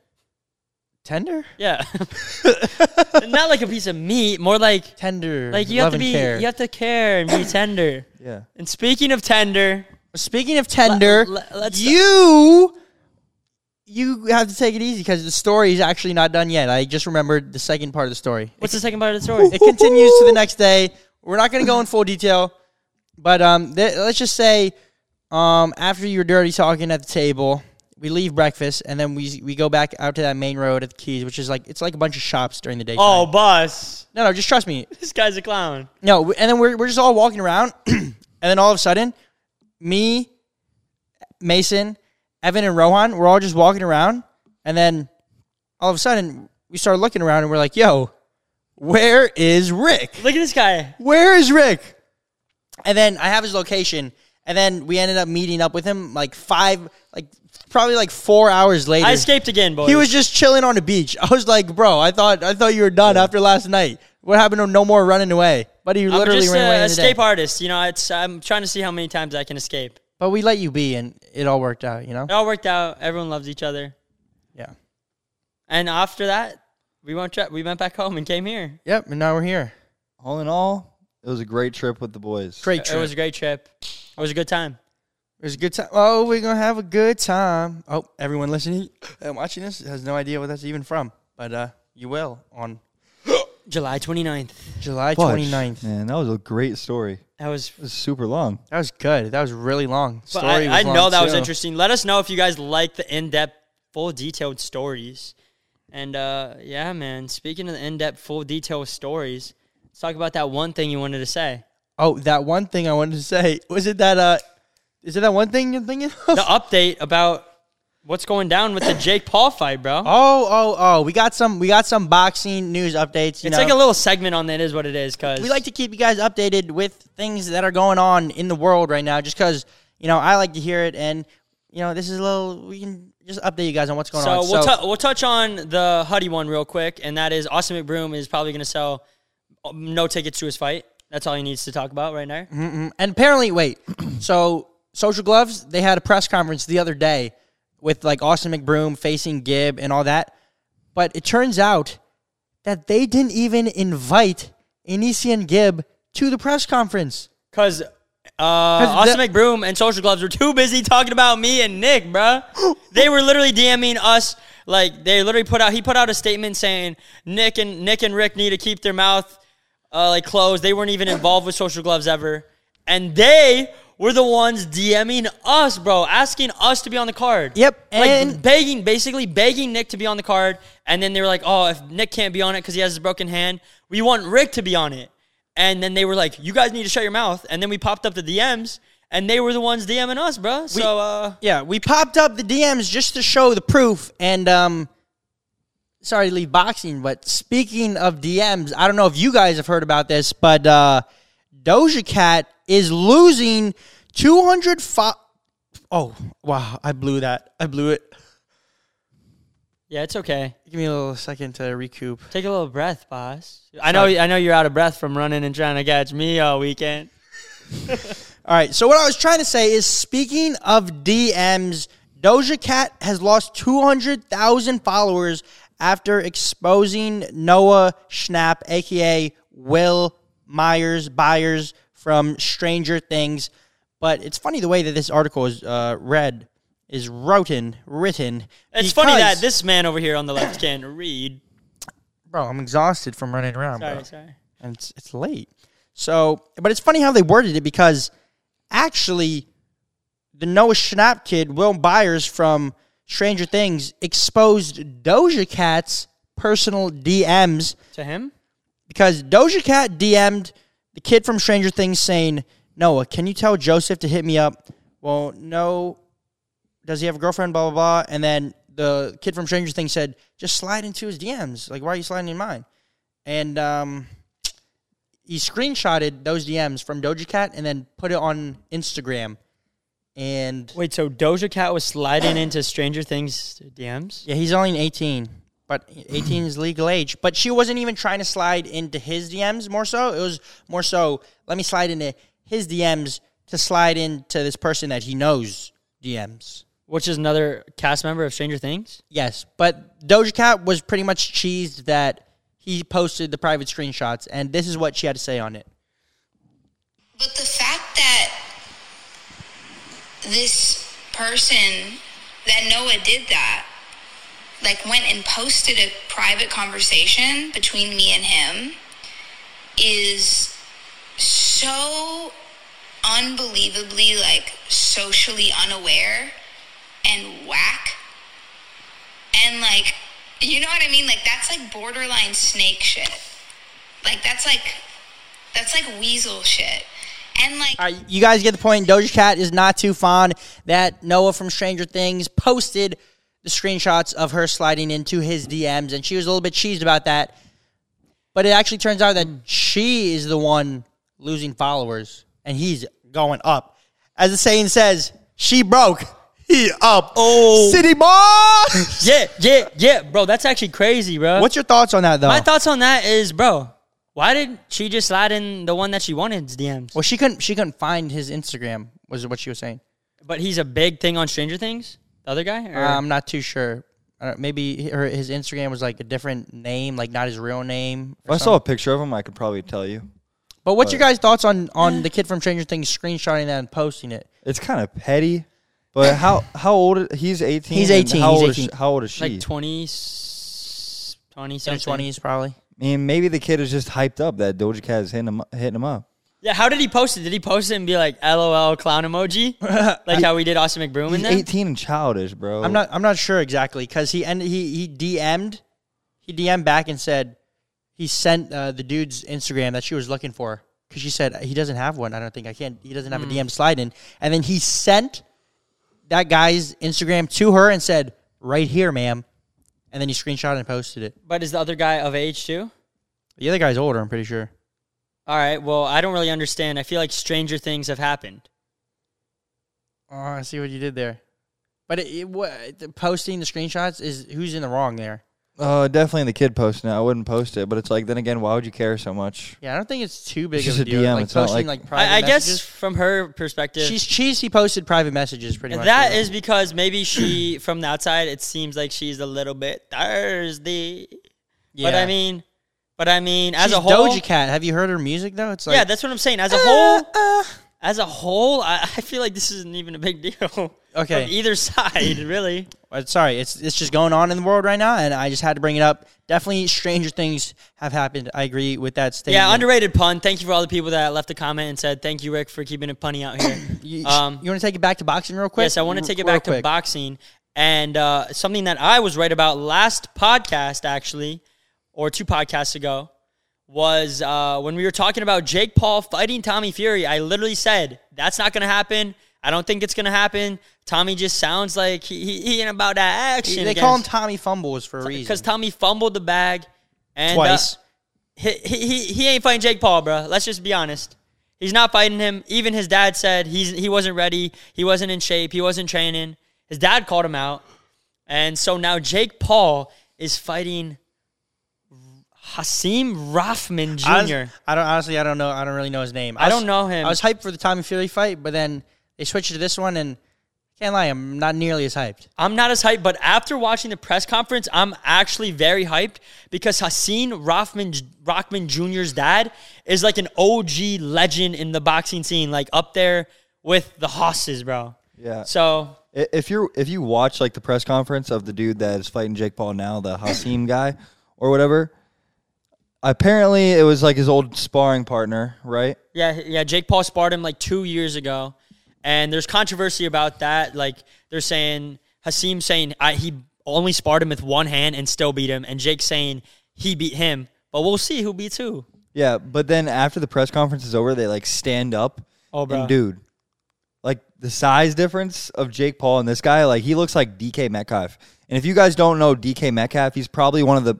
tender, Yeah, not like a piece of meat, more like tender, like you have love to and be care. you have to care and be tender. Yeah. And speaking of tender, Speaking of tender, le- let's- you you have to take it easy because the story is actually not done yet. I just remembered the second part of the story. what's the second part of the story? it continues to the next day. We're not going to go in full detail, but um, th- let's just say um, after you're dirty talking at the table, we leave breakfast and then we we go back out to that main road at the Keys, which is like it's like a bunch of shops during the day. oh, boss, no, no, just trust me. this guy's a clown. No, we- and then we're we're just all walking around, and then all of a sudden, me, Mason, Evan, and Rohan, we're all just walking around, and then all of a sudden we start looking around and we're like, "Yo, where is Rick?" Look at this guy. where is Rick? And then I have his location, and then we ended up meeting up with him like five, like probably like four hours later. I escaped again, boys. He was just chilling on the beach. I was like, bro, I thought I thought you were done after last night. What happened to no more running away? Buddy, you I'm literally just ran away. an in the escape day. artist. You know, it's, I'm trying to see how many times I can escape. But we let you be, and it all worked out. You know? It all worked out. Everyone loves each other. Yeah. And after that, we went tra- we went back home and came here. Yep. And now we're here. All in all, it was a great trip with the boys. Great trip. It was a great trip. It was a good time. It was a good time. Oh, we're gonna have a good time. Oh, everyone listening and watching this has no idea what that's even from, but uh, you will on July 29th. July Fudge. 29th. Man, that was a great story. That was. It was super long. That was good. That was really long. But Story I, I was long, know that was too. interesting. Let us know if you guys like the in depth, full detailed stories. And uh, yeah, man. Speaking of the in depth, full detailed stories, let's talk about that one thing you wanted to say. Oh, that one thing I wanted to say was it that uh, is it that one thing you're thinking of? The update about what's going down with the Jake Paul fight, bro. Oh, oh, oh! We got some. We got some boxing news updates. You it's know. like a little segment on that is what it is because we like to keep you guys updated with things that are going on in the world right now, just because you know I like to hear it, and you know this is a little. We can just update you guys on what's going So on. we'll, tou- we'll touch on the Huddy one real quick, and that is Austin McBroom is probably going to sell um, no tickets to his fight. That's all he needs to talk about right now. and apparently, wait. so social gloves. They had a press conference the other day with like Austin McBroom facing Gibb and all that. But it turns out that they didn't even invite Enision Gibb to the press conference. Because uh, Austin McBroom and Social Gloves were too busy talking about me and Nick, bruh. they were literally DMing us Like they literally put out he put out a statement saying Nick and Nick and Rick need to keep their mouth uh, like closed. They weren't even involved with social gloves ever, and they were the ones DMing us, bro, asking us to be on the card. Yep, like and- begging, basically begging Nick to be on the card, and then they were like, "Oh, if Nick can't be on it because he has his broken hand, we want Rick to be on it." And then they were like, "You guys need to shut your mouth." And then we popped up the DMs, and they were the ones DMing us, bro. So, uh, Yeah, we popped up the DMs just to show the proof. And um, sorry to leave boxing, but speaking of DMs, I don't know if you guys have heard about this, but uh, Doja Cat is losing 205. Oh, wow. I blew that. I blew it. yeah, it's okay. Give me a little second to recoup. Take a little breath, boss. I know, I know, you're out of breath from running and trying to catch me all weekend. All right. So what I was trying to say is, speaking of DMs, Doja Cat has lost two hundred thousand followers after exposing Noah Schnapp, aka Will Myers Byers from Stranger Things. But it's funny the way that this article is uh, read, is written, written. It's funny that because- this man over here on the left can't read. bro, I'm exhausted from running around. bro Sorry, sorry. and it's, it's late. So, but it's funny how they worded it because actually, the Noah Schnapp kid, Will Byers from Stranger Things, exposed Doja Cat's personal DMs To him? because Doja Cat DM'd the kid from Stranger Things saying, Noah, can you tell Joseph to hit me up? Well, no. Does he have a girlfriend? Blah, blah, blah. And then the kid from Stranger Things said, just slide into his DMs. Like, why are you sliding in mine? And um, he screenshotted those DMs from Doja Cat and then put it on Instagram. And Wait, so Doja Cat was sliding into Stranger Things DMs? Yeah, he's only 18, but 18 is legal age. But she wasn't even trying to slide into his DMs more so. It was more so, let me slide into his DMs to slide into this person that he knows DMs. Which is another cast member of Stranger Things? Yes, but Doja Cat was pretty much cheesed that he posted the private screenshots, and this is what she had to say on it. But the fact that this person that Noah did that, like went and posted a private conversation between me and him is so unbelievably like socially unaware and whack. And like you know what I mean? Like that's like borderline snake shit. Like that's like that's like weasel shit. And like All right, you guys get the point. Doja Cat is not too fond that Noah from Stranger Things posted the screenshots of her sliding into his DMs, and she was a little bit cheesed about that. But it actually turns out that she is the one losing followers, and he's going up. As the saying says, she broke, he up. Oh. City boy! Yeah, yeah, yeah, bro. That's actually crazy, bro. What's your thoughts on that, though? My thoughts on that is, bro, why did she just slide in the one that she wanted's DMs? well, she couldn't. She couldn't find his Instagram. Was what she was saying. But he's a big thing on Stranger Things. The other guy, or I'm not too sure. I don't- Maybe he- her, his Instagram was like a different name, like not his real name. If I saw a picture of him, I could probably tell you. But what's your guys' thoughts on on the kid from Stranger Things screenshotting that and posting it? It's kind of petty. But how how old? He's eighteen. He's and 18, How he's old is 18. she? How old is she? like 20, s- 20 In something. his twenties, probably. I mean, maybe the kid is just hyped up that Doja Cat is hitting him hitting him up. Yeah, how did he post it? Did he post it and be like LOL clown emoji? like how we did Austin McBroom in He's that? eighteen and childish, bro. I'm not. I'm not sure exactly because he ended. He he DM'd. He DM'd back and said he sent uh, the dude's Instagram that she was looking for because she said he doesn't have one. I don't think I can't. He doesn't have a DM slide in. And then he sent that guy's Instagram to her and said, "Right here, ma'am." And then he screenshot and posted it. But is the other guy of age too? The other guy's older, I'm pretty sure. All right, well, I don't really understand. I feel like stranger things have happened. Oh, I see what you did there. But it, it, wha- the posting the screenshots is who's in the wrong there. Uh, definitely the kid posting it. I wouldn't post it, but it's like then again, why would you care so much? Yeah, I don't think it's too big It's of just a a deal. DM, Like it's not posting like- like private I, I guess messages. from her perspective, she's cheese. He posted private messages pretty much. that is because maybe she, from the outside, it seems like she's a little bit thirsty. yeah. But I mean, but I mean, as She's a whole, Doja Cat. Have you heard her music though? It's like Ah! Uh, yeah, that's what I'm saying. As a whole, as a whole, I, I feel like this isn't even a big deal. Okay. From either side, really. Uh, Sorry, it's it's just going on in the world right now, and I just had to bring it up. Definitely, stranger things have happened. I agree with that statement. Yeah, underrated pun. Thank you for all the people that left a comment and said thank you, Rick, for keeping it punny out You, here. um, you want to take it back to boxing real quick? Yes, I want to R- take it real back to quick. boxing and uh, something that I was right about last podcast, actually, or two podcasts ago, was uh, when we were talking about Jake Paul fighting Tommy Fury. I literally said that's not going to happen. I don't think it's going to happen. Tommy just sounds like he, he, he ain't about that action. They call him Tommy Fumbles for a reason. because Tommy fumbled the bag and uh, Twice. he, he, he- he ain't fighting Jake Paul, bro. Let's just be honest. He's not fighting him. Even his dad said he's he wasn't ready. He wasn't in shape. He wasn't training. His dad called him out. And so now Jake Paul is fighting Hasim Rahman Jr. Honest- I don't honestly. I don't know. I don't really know his name. I was- don't know him. I was hyped for the Tommy Fury fight, but then they switched to this one, and can't lie, I'm not nearly as hyped. I'm not as hyped, but after watching the press conference, I'm actually very hyped because Haseen Rothman, Rockman Jr.'s dad is like an OG legend in the boxing scene, like up there with the Hosses, bro. Yeah. So I- If you're if you watch like the press conference of the dude that is fighting Jake Paul now, the Hasim guy or whatever, apparently it was like his old sparring partner, right? Yeah, yeah. Jake Paul sparred him like two years ago, and there's controversy about that. Like they're saying Hasim saying I, he only sparred him with one hand and still beat him, and Jake saying he beat him. But we'll see who beats who. Yeah, but then after the press conference is over, they like stand up. Oh, bro. and dude, like the size difference of Jake Paul and this guy, like he looks like DK Metcalf. And if you guys don't know DK Metcalf, he's probably one of the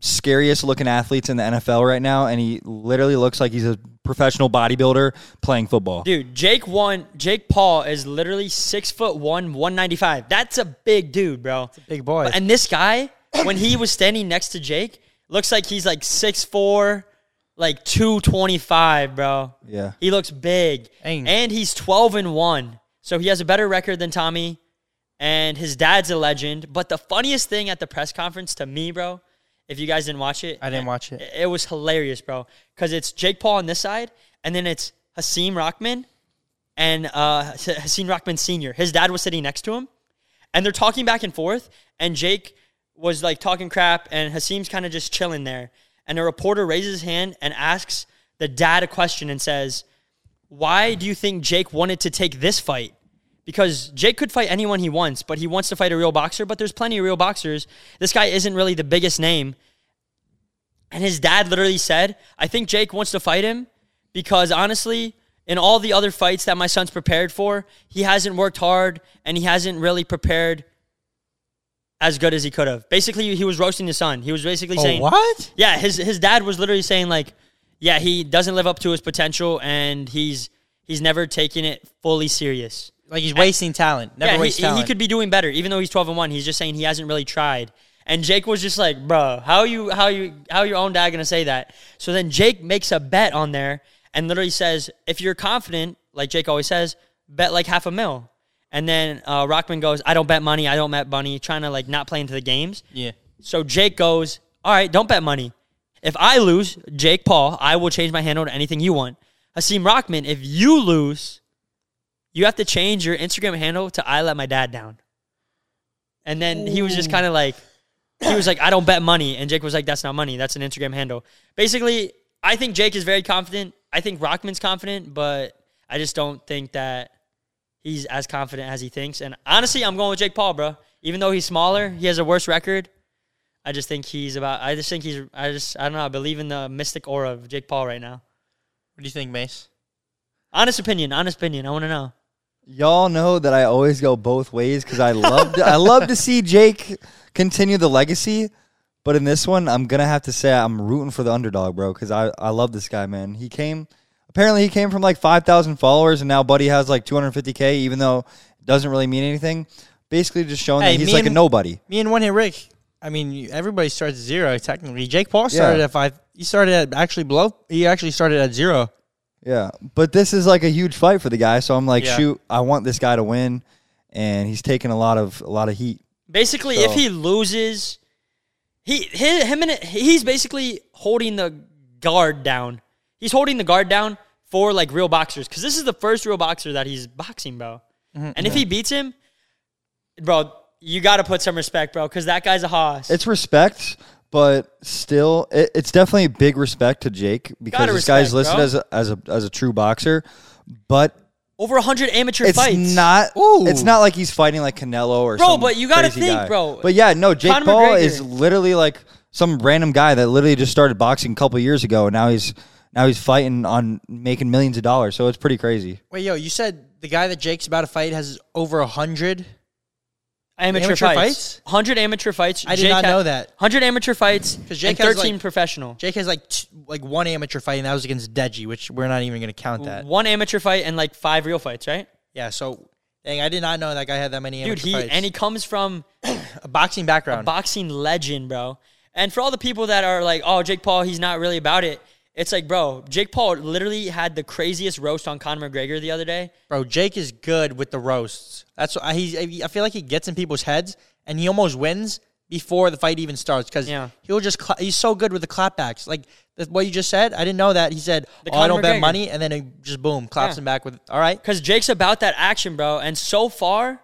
scariest looking athletes in the NFL right now, and he literally looks like he's a professional bodybuilder playing football. Dude, Jake one Jake Paul is literally six foot one, one ninety five. That's a big dude, bro. Big boy. And this guy, when he was standing next to Jake, looks like he's like six four, like two twenty five, bro. Yeah. He looks big. Dang. And he's twelve and one. So he has a better record than Tommy. And his dad's a legend. But the funniest thing at the press conference to me, bro, if you guys didn't watch it, I didn't watch it. it was hilarious, bro. Because it's Jake Paul on this side, and then it's Hasim Rockman and uh, H- Hasim Rockman Sr. His dad was sitting next to him, and they're talking back and forth. And Jake was like talking crap, and Hasim's kind of just chilling there. And a reporter raises his hand and asks the dad a question and says, Why do you think Jake wanted to take this fight? because Jake could fight anyone he wants, but he wants to fight a real boxer. But there's plenty of real boxers. This guy isn't really the biggest name. And his dad literally said, I think Jake wants to fight him because honestly, in all the other fights that my son's prepared for, he hasn't worked hard and he hasn't really prepared as good as he could have. Basically, he was roasting his son. He was basically saying, what? yeah, his his dad was literally saying like, yeah, he doesn't live up to his potential and he's he's never taken it fully serious. Like he's wasting talent. Never yeah, waste he, talent. he could be doing better, even though he's twelve and one. He's just saying he hasn't really tried. And Jake was just like, "Bro, how you how you how your own dad gonna say that?" So then Jake makes a bet on there and literally says, "If you're confident, like Jake always says, bet like half a mil." And then uh, Rockman goes, "I don't bet money. I don't bet money." Trying to like not play into the games. Yeah. So Jake goes, All right, don't bet money. If I lose, Jake Paul, I will change my handle to anything you want. Hasim Rockman, if you lose, you have to change your Instagram handle to I let my dad down. And then he was just kind of like, he was like, I don't bet money. And Jake was like, that's not money. That's an Instagram handle. Basically, I think Jake is very confident. I think Rockman's confident, but I just don't think that he's as confident as he thinks. And honestly, I'm going with Jake Paul, bro. Even though he's smaller, he has a worse record. I just think he's about. I just think he's. I just. I don't know. I believe in the mystic aura of Jake Paul right now. What do you think, Mace? Honest opinion. Honest opinion. I want to know. Y'all know that I always go both ways because I love I love to see Jake continue the legacy, but in this one I'm gonna have to say I'm rooting for the underdog, bro, because I I love this guy, man. He came apparently he came from like five thousand followers, and now Buddy has like 250k, even though it doesn't really mean anything. Basically, just showing Hey, that he's me like a and- nobody. Me and one hit Rick. I mean, you- everybody starts at zero technically. Jake Paul started at five. He started at actually below. He actually started at zero. Yeah, but this is like a huge fight for the guy, so I'm like, Yeah. shoot, I want this guy to win, and he's taking a lot of a lot of heat. Basically, if So- he loses, he hi- him and he's basically holding the guard down. He's holding the guard down for like real boxers because this is the first real boxer that he's boxing, bro. Mm-hmm. and if he beats him, bro, you got to put some respect, bro, because that guy's a hoss. It's respect, but still, it, it's definitely a big respect to Jake because Gotta this guy's respect, listed bro. as a, as a as a true boxer, but over 100 amateur it's fights. not. Ooh. It's not like he's fighting like Canelo or Bro, Some but you gotta crazy think, guy. bro. But yeah, no, Jake Conor Paul McGregor. is literally like some random guy that literally just started boxing a couple years ago, and now he's now he's fighting on making millions of dollars. So it's pretty crazy. Wait, yo, you said the guy that Jake's about to fight has over a hundred. amateur, Amateur fights. fights? 100 amateur fights. I did not know that. 100 amateur fights Jake and has, 13 like- professional. Jake has like t- like one amateur fight, and that was against Deji, which we're not even going to count that. One amateur fight and like five real fights, right? Yeah, so dang, I did not know that guy had that many amateur Dude, he fights. and he comes from a boxing background. boxing legend, bro. And for all the people that are like, "Oh, Jake Paul, he's not really about it." It's like, bro, Jake Paul literally had the craziest roast on Conor McGregor the other day. Bro, Jake is good with the roasts. That's what I, he. I feel like he gets in people's heads, and he almost wins before the fight even starts because Yeah. he'll just. Cla- he's so good with the clapbacks. Like that's what you just said, I didn't know that. He said, The "Oh, I don't Conor bet McGregor. money," and then he just boom claps Yeah. him back with, "All right." Cause Jake's about that action, bro. And so far,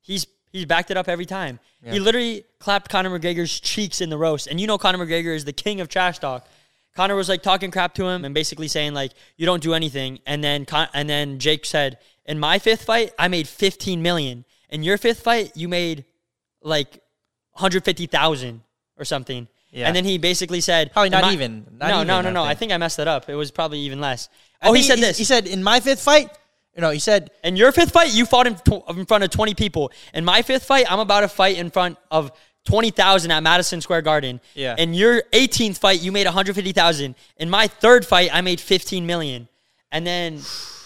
he's he's backed it up every time. He literally clapped Conor McGregor's cheeks in the roast, and you know Conor McGregor is the king of trash talk. Conor was like talking crap to him and basically saying like, "You don't do anything." And then Con- and then Jake said, "In my fifth fight, I made 15 million. In your fifth fight, you made like 150,000 or something." Yeah. And then he basically said, Probably "In not my-" even. Not no, even, no, I no, no. I think. think I messed that up. It was probably even less. I oh, he think said this. He said, "In my fifth fight, you know," he said, In your fifth fight, you fought in, tw- in front of 20 people. In my fifth fight, I'm about to fight in front of 20,000 at Madison Square Garden. Yeah. In your 18th fight, you made 150,000. In my third fight, I made 15 million. And then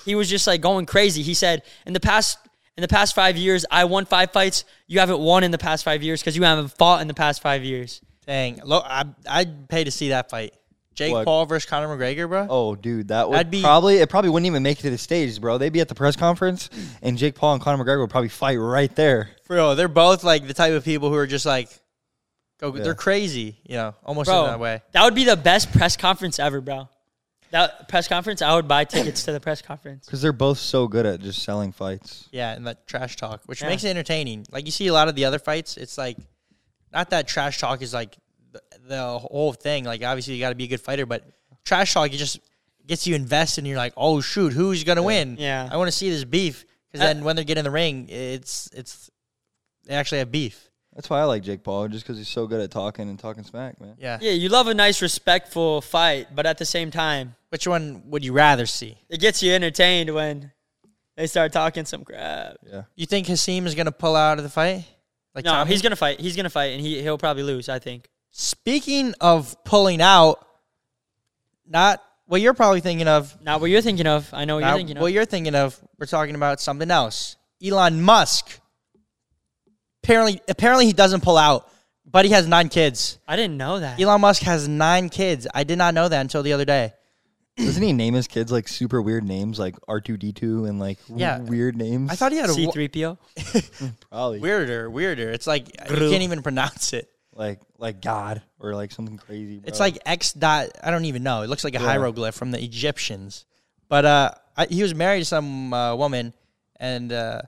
he was just like going crazy. He said, "In the past in the past 5 years, I won 5 fights. You haven't won in the past 5 years cuz you haven't fought in the past 5 years." "Dang, look, I, I'd pay to see that fight, Jake What? Paul versus Conor McGregor, bro." Oh, dude, that would That'd be- probably it probably wouldn't even make it to the stage, bro. They'd be at the press conference, and Jake Paul and Conor McGregor would probably fight right there. Bro, they're both like the type of people who are just like, go. Yeah. They're crazy, you know, almost Bro, in that way. that would be the best press conference ever, bro. That press conference, I would buy tickets to the press conference. Because they're both so good at just selling fights. Yeah, and that trash talk, which Yeah. makes it entertaining. Like you see a lot of the other fights, it's like not that trash talk is like the, the whole thing. Like obviously you got to be a good fighter, but trash talk it just gets you invested. and You're like, oh shoot, who's gonna win? Yeah. I want to see this beef because Uh, then when they get in the ring, it's it's they actually have beef. That's why I like Jake Paul, just because he's so good at talking and talking smack, man. Yeah. Yeah, you love a nice, respectful fight, but at the same time, Which one would you rather see? it gets you entertained when they start talking some crap. You think Hasim is gonna pull out of the fight? Like No, Tommy? he's gonna fight. He's gonna fight, and he he'll probably lose. I think. Speaking of pulling out, not what you're probably thinking of, Not what you're thinking of. I know what Now, you're thinking of. what you're thinking of, we're talking about something else. Elon Musk. Apparently, apparently he doesn't pull out, but he has nine kids. I didn't know that. Elon Musk has nine kids. I did not know that until the other day. Doesn't he name his kids like super weird names, like R two D two, and like w- Yeah. weird names? I thought he had a C w- three PO. probably weirder, weirder. It's like you can't even pronounce it. like like God or like something crazy. Bro. It's like X dot. I don't even know. It looks like a hieroglyph from the Egyptians. But uh, I, he was married to some uh, woman, and uh,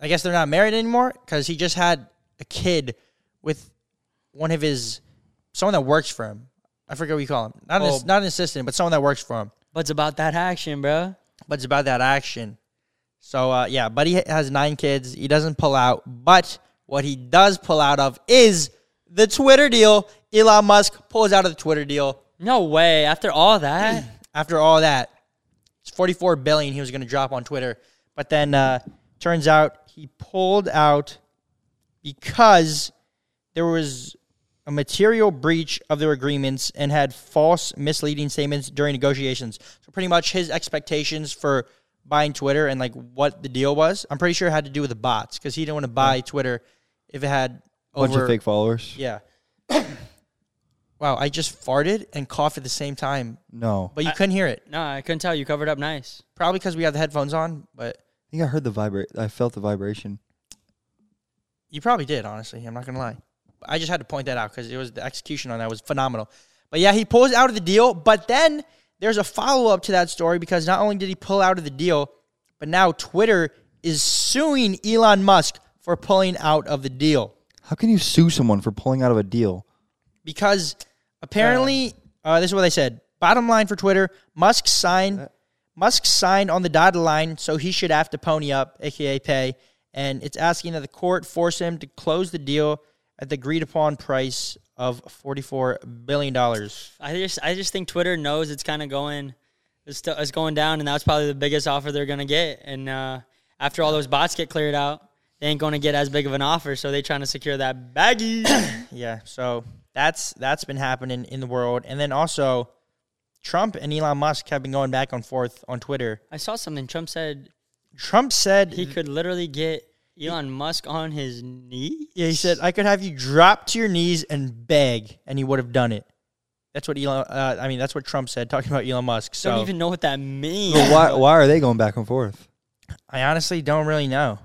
I guess they're not married anymore because he just had a kid with one of his someone that works for him. I forget what you call him. Not an, ass- not an assistant, but someone that works for him. What's about that action, bro? But it's about that action. So uh, yeah, but he has nine kids. He doesn't pull out, but what he does pull out of is the Twitter deal. Elon Musk pulls out of the Twitter deal. No way. After all that, after all that, it's 44 billion he was going to drop on Twitter, but then uh, turns out he pulled out because there was a material breach of their agreements and had false misleading statements during negotiations. So pretty much his expectations for buying Twitter and like what the deal was, I'm pretty sure it had to do with the bots because he didn't want to buy Twitter if it had a bunch over of fake followers. Yeah. wow, I just farted and coughed at the same time, No, but you couldn't hear it. no, I couldn't tell. You covered up nice. Probably because we have the headphones on, but I think I heard the vibrate. I felt the vibration. you probably did, honestly. I'm not going to lie. I just had to point that out because it was the execution on that was phenomenal. But yeah, he pulls out of the deal, but then there's a follow up to that story because not only did he pull out of the deal, but now Twitter is suing Elon Musk for pulling out of the deal How can you sue someone for pulling out of a deal? because apparently uh, this is what they said. Bottom line for Twitter: Musk signed Musk signed on the dotted line, so he should have to pony up, aka pay. And it's asking that the court force him to close the deal at the agreed upon price of forty four billion dollars. I just I just think Twitter knows it's kind of going it's, still, it's going down, and that's probably the biggest offer they're gonna get. And uh, after all those bots get cleared out, they ain't gonna get as big of an offer, so they trying to secure that baggie. Yeah, so that's that's been happening in the world, and then also. Trump and Elon Musk have been going back and forth on Twitter. I saw something Trump said Trump said he could literally get Elon Musk on his knee. Yeah, he said, I could have you drop to your knees and beg, and he would have done it. That's what Elon, uh, I mean, that's what Trump said, talking about Elon Musk. So Don't even know what that means. But why, why are they going back and forth? I honestly don't really know.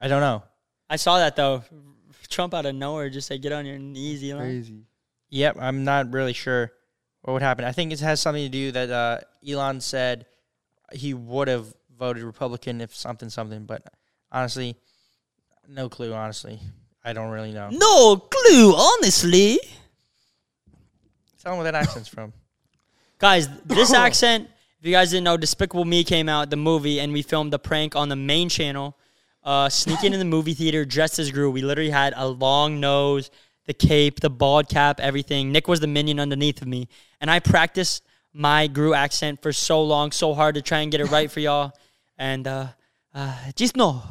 I don't know. I saw that though. Trump out of nowhere just said, "Get on your knees, Elon." Yep, I'm not really sure what would happen. I think it has something to do that uh, Elon said he would have voted Republican if something, something, but honestly, no clue, honestly. I don't really know. No clue, honestly. Tell him where that accent's from. Guys, this accent, if you guys didn't know, Despicable Me came out, the movie, and we filmed the prank on the main channel. Uh, sneaking in the movie theater dressed as Gru. We literally had a long nose, the cape, the bald cap, everything. Nick was the minion underneath of me. And I practiced my Gru accent for so long, so hard to try and get it right for y'all. And uh, uh, just no.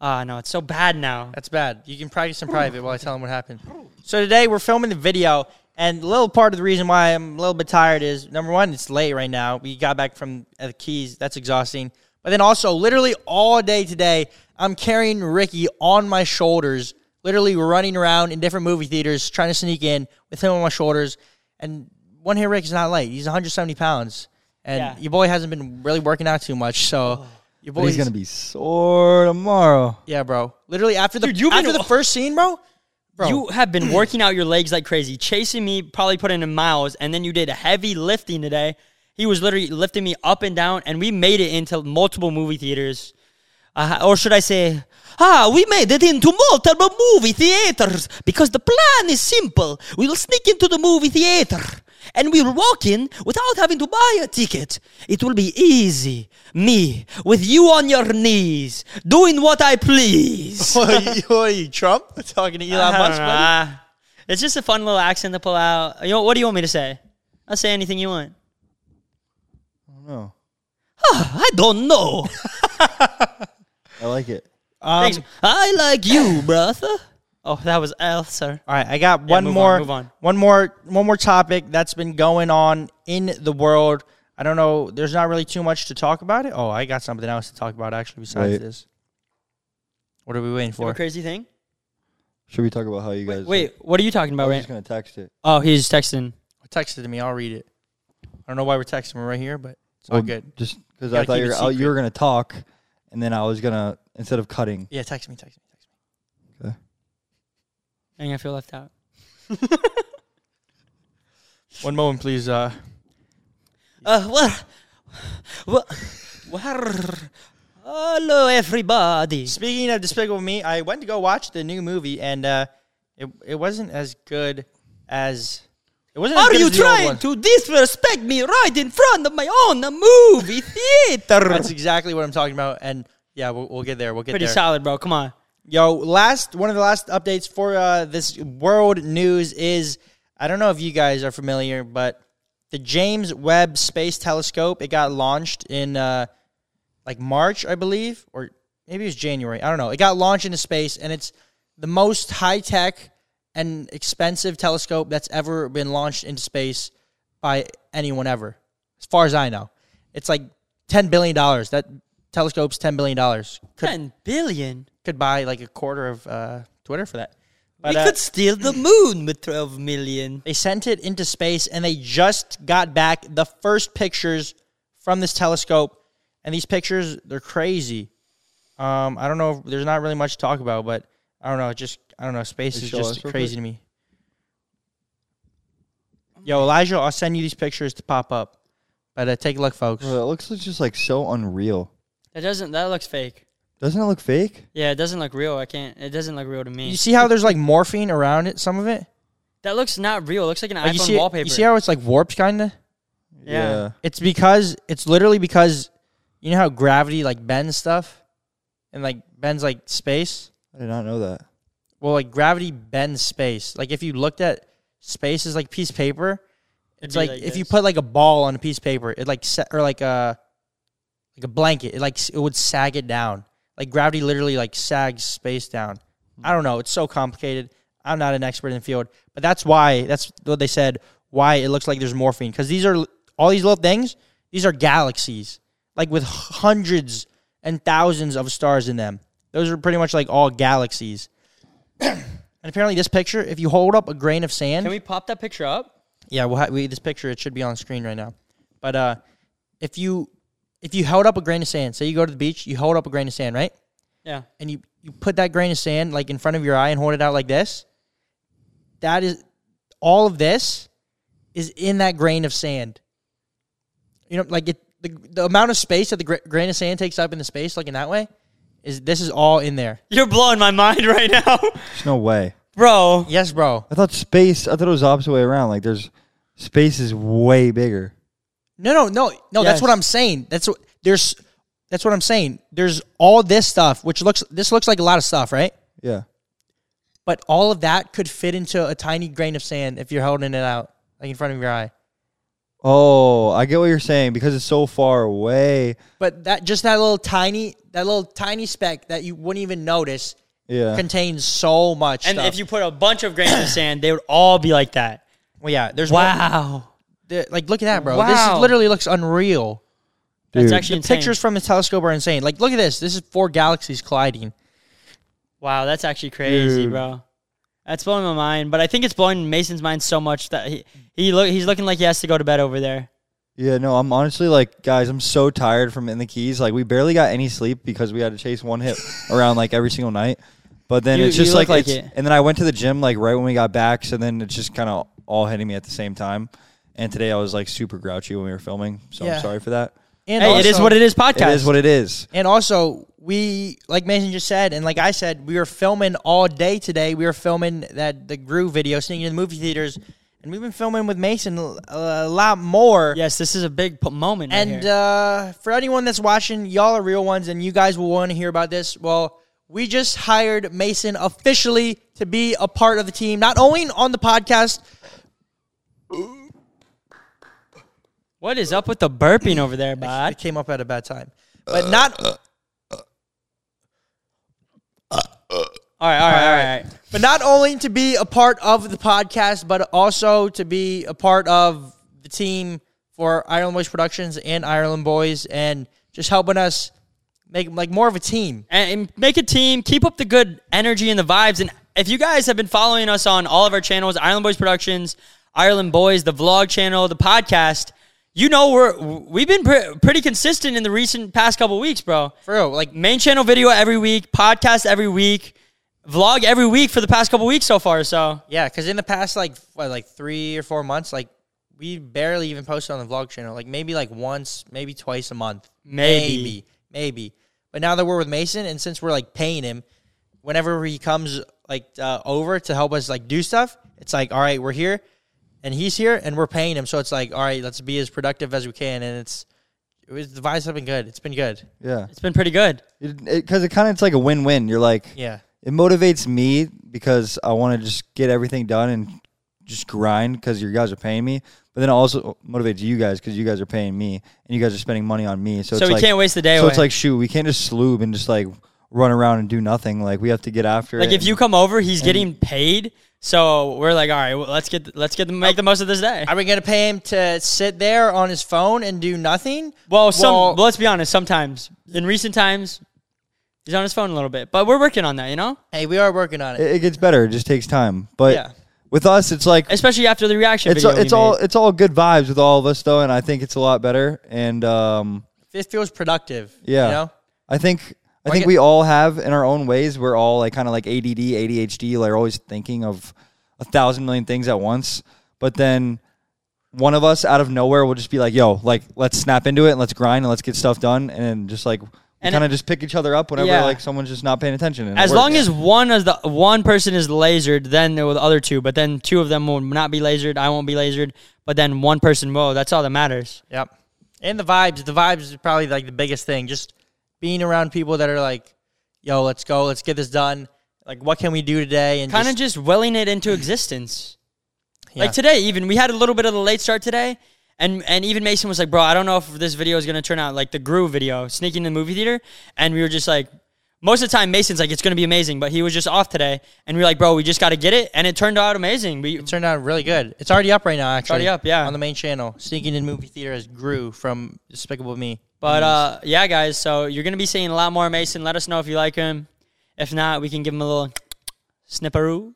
Ah, no, it's so bad now. That's bad. You can practice in private while I tell them what happened. So today we're filming the video, and a little part of the reason why I'm a little bit tired is number one, it's late right now. We got back from uh, the Keys. That's exhausting. But then also, literally all day today, I'm carrying Ricky on my shoulders, literally running around in different movie theaters trying to sneak in with him on my shoulders. And one hair Rick is not light. He's 170 pounds, and Yeah. your boy hasn't been really working out too much. So your But boy's he's gonna be sore tomorrow. yeah, bro. Literally after the Dude, you've been- after the first scene, bro. Bro, You have been working out your legs like crazy, chasing me, probably putting in miles, and then you did heavy lifting today. He was literally lifting me up and down, and we made it into multiple movie theaters. Uh, or should I say, ah, we made it into multiple movie theaters because the plan is simple. We will sneak into the movie theater and we will walk in without having to buy a ticket. It will be easy. Me, with you on your knees, doing what I please. what, are you, what are you, Trump? Talking to Elon I Musk, don't know. buddy? Uh, It's just a fun little accent to pull out. You know, what do you want me to say? I'll say anything you want. No, I don't know. I like it. Um, Thanks. I like you, brother. Oh, that was L, sir. all right, I got one move on, more, move on. one more, one more topic that's been going on in the world. I don't know. There's not really too much to talk about it. Oh, I got something else to talk about actually besides Wait. this. What are we waiting What for? a crazy thing. Should we talk about how you guys? Wait, what are you talking about, I'm right? just gonna text it. Oh, he's texting. Text it to me. I'll read it. I don't know why we're texting him right here, but it's all Well, good. Just because Gotta I thought keep you it were out, you secret. were gonna talk, and then I was gonna instead of cutting. Yeah, text me, text me, text me. And I feel left out. One moment, please. Uh, Uh, what? What? what- Hello, everybody. Speaking of Despicable Me, I went to go watch the new movie, and uh, it it wasn't as good as it wasn't. as Are good you as the old trying one. to disrespect me right in front of my own movie theater? That's exactly what I'm talking about, and yeah, we'll, we'll get there. We'll get Pretty there. solid, bro. Come on. Yo, last one of the last updates for uh, this world news is I don't know if you guys are familiar, but the James Webb Space Telescope it got launched in uh, like March, I believe, or maybe it was January. I don't know. It got launched into space, and it's the most high tech and expensive telescope that's ever been launched into space by anyone ever, as far as I know. It's like ten billion dollars. That telescope's ten billion dollars. Ten billion. could buy like a quarter of uh, Twitter for that. But we uh, could steal the moon with 12 million. they sent it into space, and they just got back the first pictures from this telescope. And these pictures, they're crazy. Um, I don't know. If, there's not really much to talk about, but I don't know. it Just I don't know. Space Hey, is show us just real crazy quick. to me. Yo, Elijah, I'll send you these pictures to pop up. But uh, take a look, folks. Bro, it looks just like so unreal. That doesn't. That looks fake. Doesn't it look fake? Yeah, it doesn't look real. I can't. It doesn't look real to me. You see how there's like morphine around it? Some of it. that looks not real. It looks like an Like, iPhone you see, wallpaper. you see how it's like warped, kind of. Yeah. It's because it's literally because you know how gravity like bends stuff, and like bends like space. I did not know that. Well, like gravity bends space. Like if you looked at space as like piece of paper, it's be like, like if you this. put like a ball on a piece of paper, it like set or like a like a blanket. It like s- it would sag it down. Like gravity literally like sags space down. Hmm. I don't know. It's so complicated. I'm not an expert in the field, but that's why that's what they said. Why it looks like there's morphine because these are l- all these little things. These are galaxies, like with h- hundreds and thousands of stars in them. Those are pretty much like all galaxies. and apparently, this picture, if you hold up a grain of sand, Can we pop that picture up? yeah, we'll ha- we this picture. It should be on screen right now. But uh, if you if you held up a grain of sand, say you go to the beach, you hold up a grain of sand, right? Yeah. And you you put that grain of sand like in front of your eye and hold it out like this. That is all of this is in that grain of sand. You know, like it the, the amount of space that the gra- grain of sand takes up in the space, like in that way, is this is all in there. You're blowing my mind right now, There's no way. bro. Yes, bro. I thought space. I thought it was the opposite way around. Like there's space is way bigger. No, no, no, no. That's Yes. what I'm saying. That's what there's. That's what I'm saying. There's all this stuff, which looks this looks like a lot of stuff, right? Yeah. But all of that could fit into a tiny grain of sand if you're holding it out like in front of your eye. Oh, I get what you're saying because it's so far away. But that just that little tiny that little tiny speck that you wouldn't even notice Yeah. contains so much. And stuff. if you put a bunch of grains of sand, they would all be like that. well, yeah, there's one- Wow. there- like look at that, bro. This Wow. is, literally looks unreal. That's Dude. actually insane. Pictures from the telescope are insane. Like look at this. This is four galaxies colliding. Wow, that's actually crazy, Dude. bro. That's blowing my mind, but I think it's blowing Mason's mind so much that he he look he's looking like he has to go to bed over there. Yeah, no, I'm honestly like, guys, I'm so tired from in the keys. Like, we barely got any sleep because we had to chase one hit around like every single night. But then You- it's just you look like, like it's- it. and then I went to the gym like right when we got back. So then it's just kind of all hitting me at the same time. And today I was like super grouchy when we were filming. So Yeah. I'm sorry for that. And Hey, it is also- what it is. It Podcast. is what it is. And also, we like Mason just said, and like I said, we were filming all day today. We were filming that the Groove video, sneaking in the movie theaters, and we've been filming with Mason a, a lot more. yes, this is a big p- moment. right And here. uh, for anyone that's watching, y'all are real ones, and you guys will want to hear about this. Well, we just hired Mason officially to be a part of the team, not only on the podcast. what is up with the burping over there, I bud? came up at a bad time, but not All right, all right, all right. all right. but not only to be a part of the podcast, but also to be a part of the team for Ireland Boys Productions and Ireland Boys, and just helping us make like more of a team. And, and make a team. Keep up the good energy and the vibes. And if you guys have been following us on all of our channels, Island Boys Productions, Ireland Boys, the vlog channel, the podcast, you know we're we've been pre- pretty consistent in the recent past couple weeks, bro. For real, like main channel video every week, podcast every week, vlog every week for the past couple weeks so far. So yeah, because in the past like what, like three or four months, like we barely even posted on the vlog channel, like maybe like once, maybe twice a month, Maybe. maybe, maybe. But now that we're with Mason, and since we're like paying him, whenever he comes like uh, over to help us like do stuff, it's like all right, we're here, and he's here, and we're paying him, so it's like all right, let's be as productive as we can, and it's. It was, the vibes have been good. It's been good. Yeah. it's been pretty good. Because it, 'cause it kind of, it's like a win win. You're like, Yeah. it motivates me because I want to just get everything done and just grind because you guys are paying me. But then it also motivates you guys because you guys are paying me and you guys are spending money on me. So, So it's we like, can't waste the day So it's away. like, shoot, we can't just sloob and just like run around and do nothing. Like we have to get after Like it. if you come over, he's getting paid. So we're like, all right, well, let's get let's get the, make the most of this day. Are we gonna pay him to sit there on his phone and do nothing? Well, some Well- let's be honest. Sometimes in recent times, he's on his phone a little bit, but we're working on that. You know, Hey, we are working on it. it, it gets better. It just takes time. But Yeah. with us, it's like especially after the reaction it's video. we it's all made. it's all good vibes with all of us though, and I think it's a lot better. And um, it feels productive. Yeah. You know? I think I Why think get- we all have in our own ways. We're all like kind of like ADD, ADHD. Like always thinking of a thousand million things at once. But then one of us out of nowhere will just be like, "Yo, like let's snap into it and let's grind and let's get stuff done," and then just like And kind it- of just pick each other up whenever Yeah. like someone's just not paying attention. and it As long works. as one as the one person is lasered, then the other two. But then two of them will not be lasered. I won't be lasered. But then one person will. That's all that matters. Yep. And the vibes. The vibes is probably like the biggest thing. Just being around people that are like, yo, let's go, let's get this done. Like, what can we do today? And Kind of just, just willing it into existence. Yeah. Like today, even we had a little bit of a late start today, and and even Mason was like, "Bro, I don't know if this video is gonna turn out like the Groove video, sneaking in the movie theater." And we were just like, most of the time, Mason's like, "It's gonna be amazing," but he was just off today, and we were like, "Bro, we just got to get it," and it turned out amazing. We it turned out really good. It's already up right now. Actually, already up, yeah. on the main channel. Sneaking in movie theaters grew from Despicable Me. But uh, yeah, guys. So you're gonna be seeing a lot more Mason. Let us know if you like him. If not, we can give him a little snipperoo.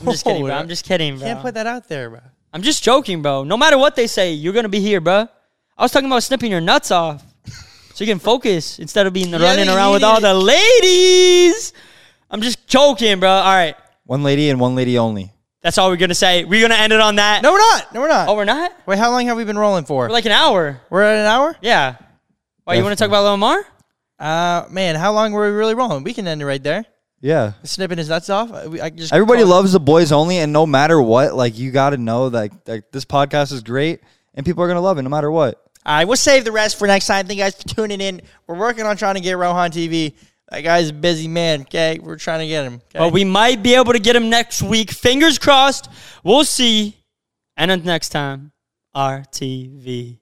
I'm just kidding, bro. I'm just kidding, bro. can't put that out there, bro. I'm just joking, bro. No matter what they say, you're gonna be here, bro. I was talking about snipping your nuts off, so you can focus instead of being running around with all the ladies. I'm just joking, bro. All right, one lady and one lady only. that's all we're gonna say. We're gonna end it on that. No, we're not. No, we're not. oh, we're not. Wait, how long have we been rolling for? We're like an hour. We're at an hour. Yeah. Why you want to talk Definitely. about Lamar? Uh, man, how long were we really rolling? We can end it right there. Yeah. Snipping his nuts off. I, we- I just Everybody loves the boys only, and no matter what, like you got to know like, like this podcast is great, and people are gonna love it no matter what. All right, we'll save the rest for next time. Thank you guys for tuning in. We're working on trying to get Rohan TV. That guy's a busy man. Okay, we're trying to get him. Okay? But we might be able to get him next week. Fingers crossed. We'll see. And until next time, RTV.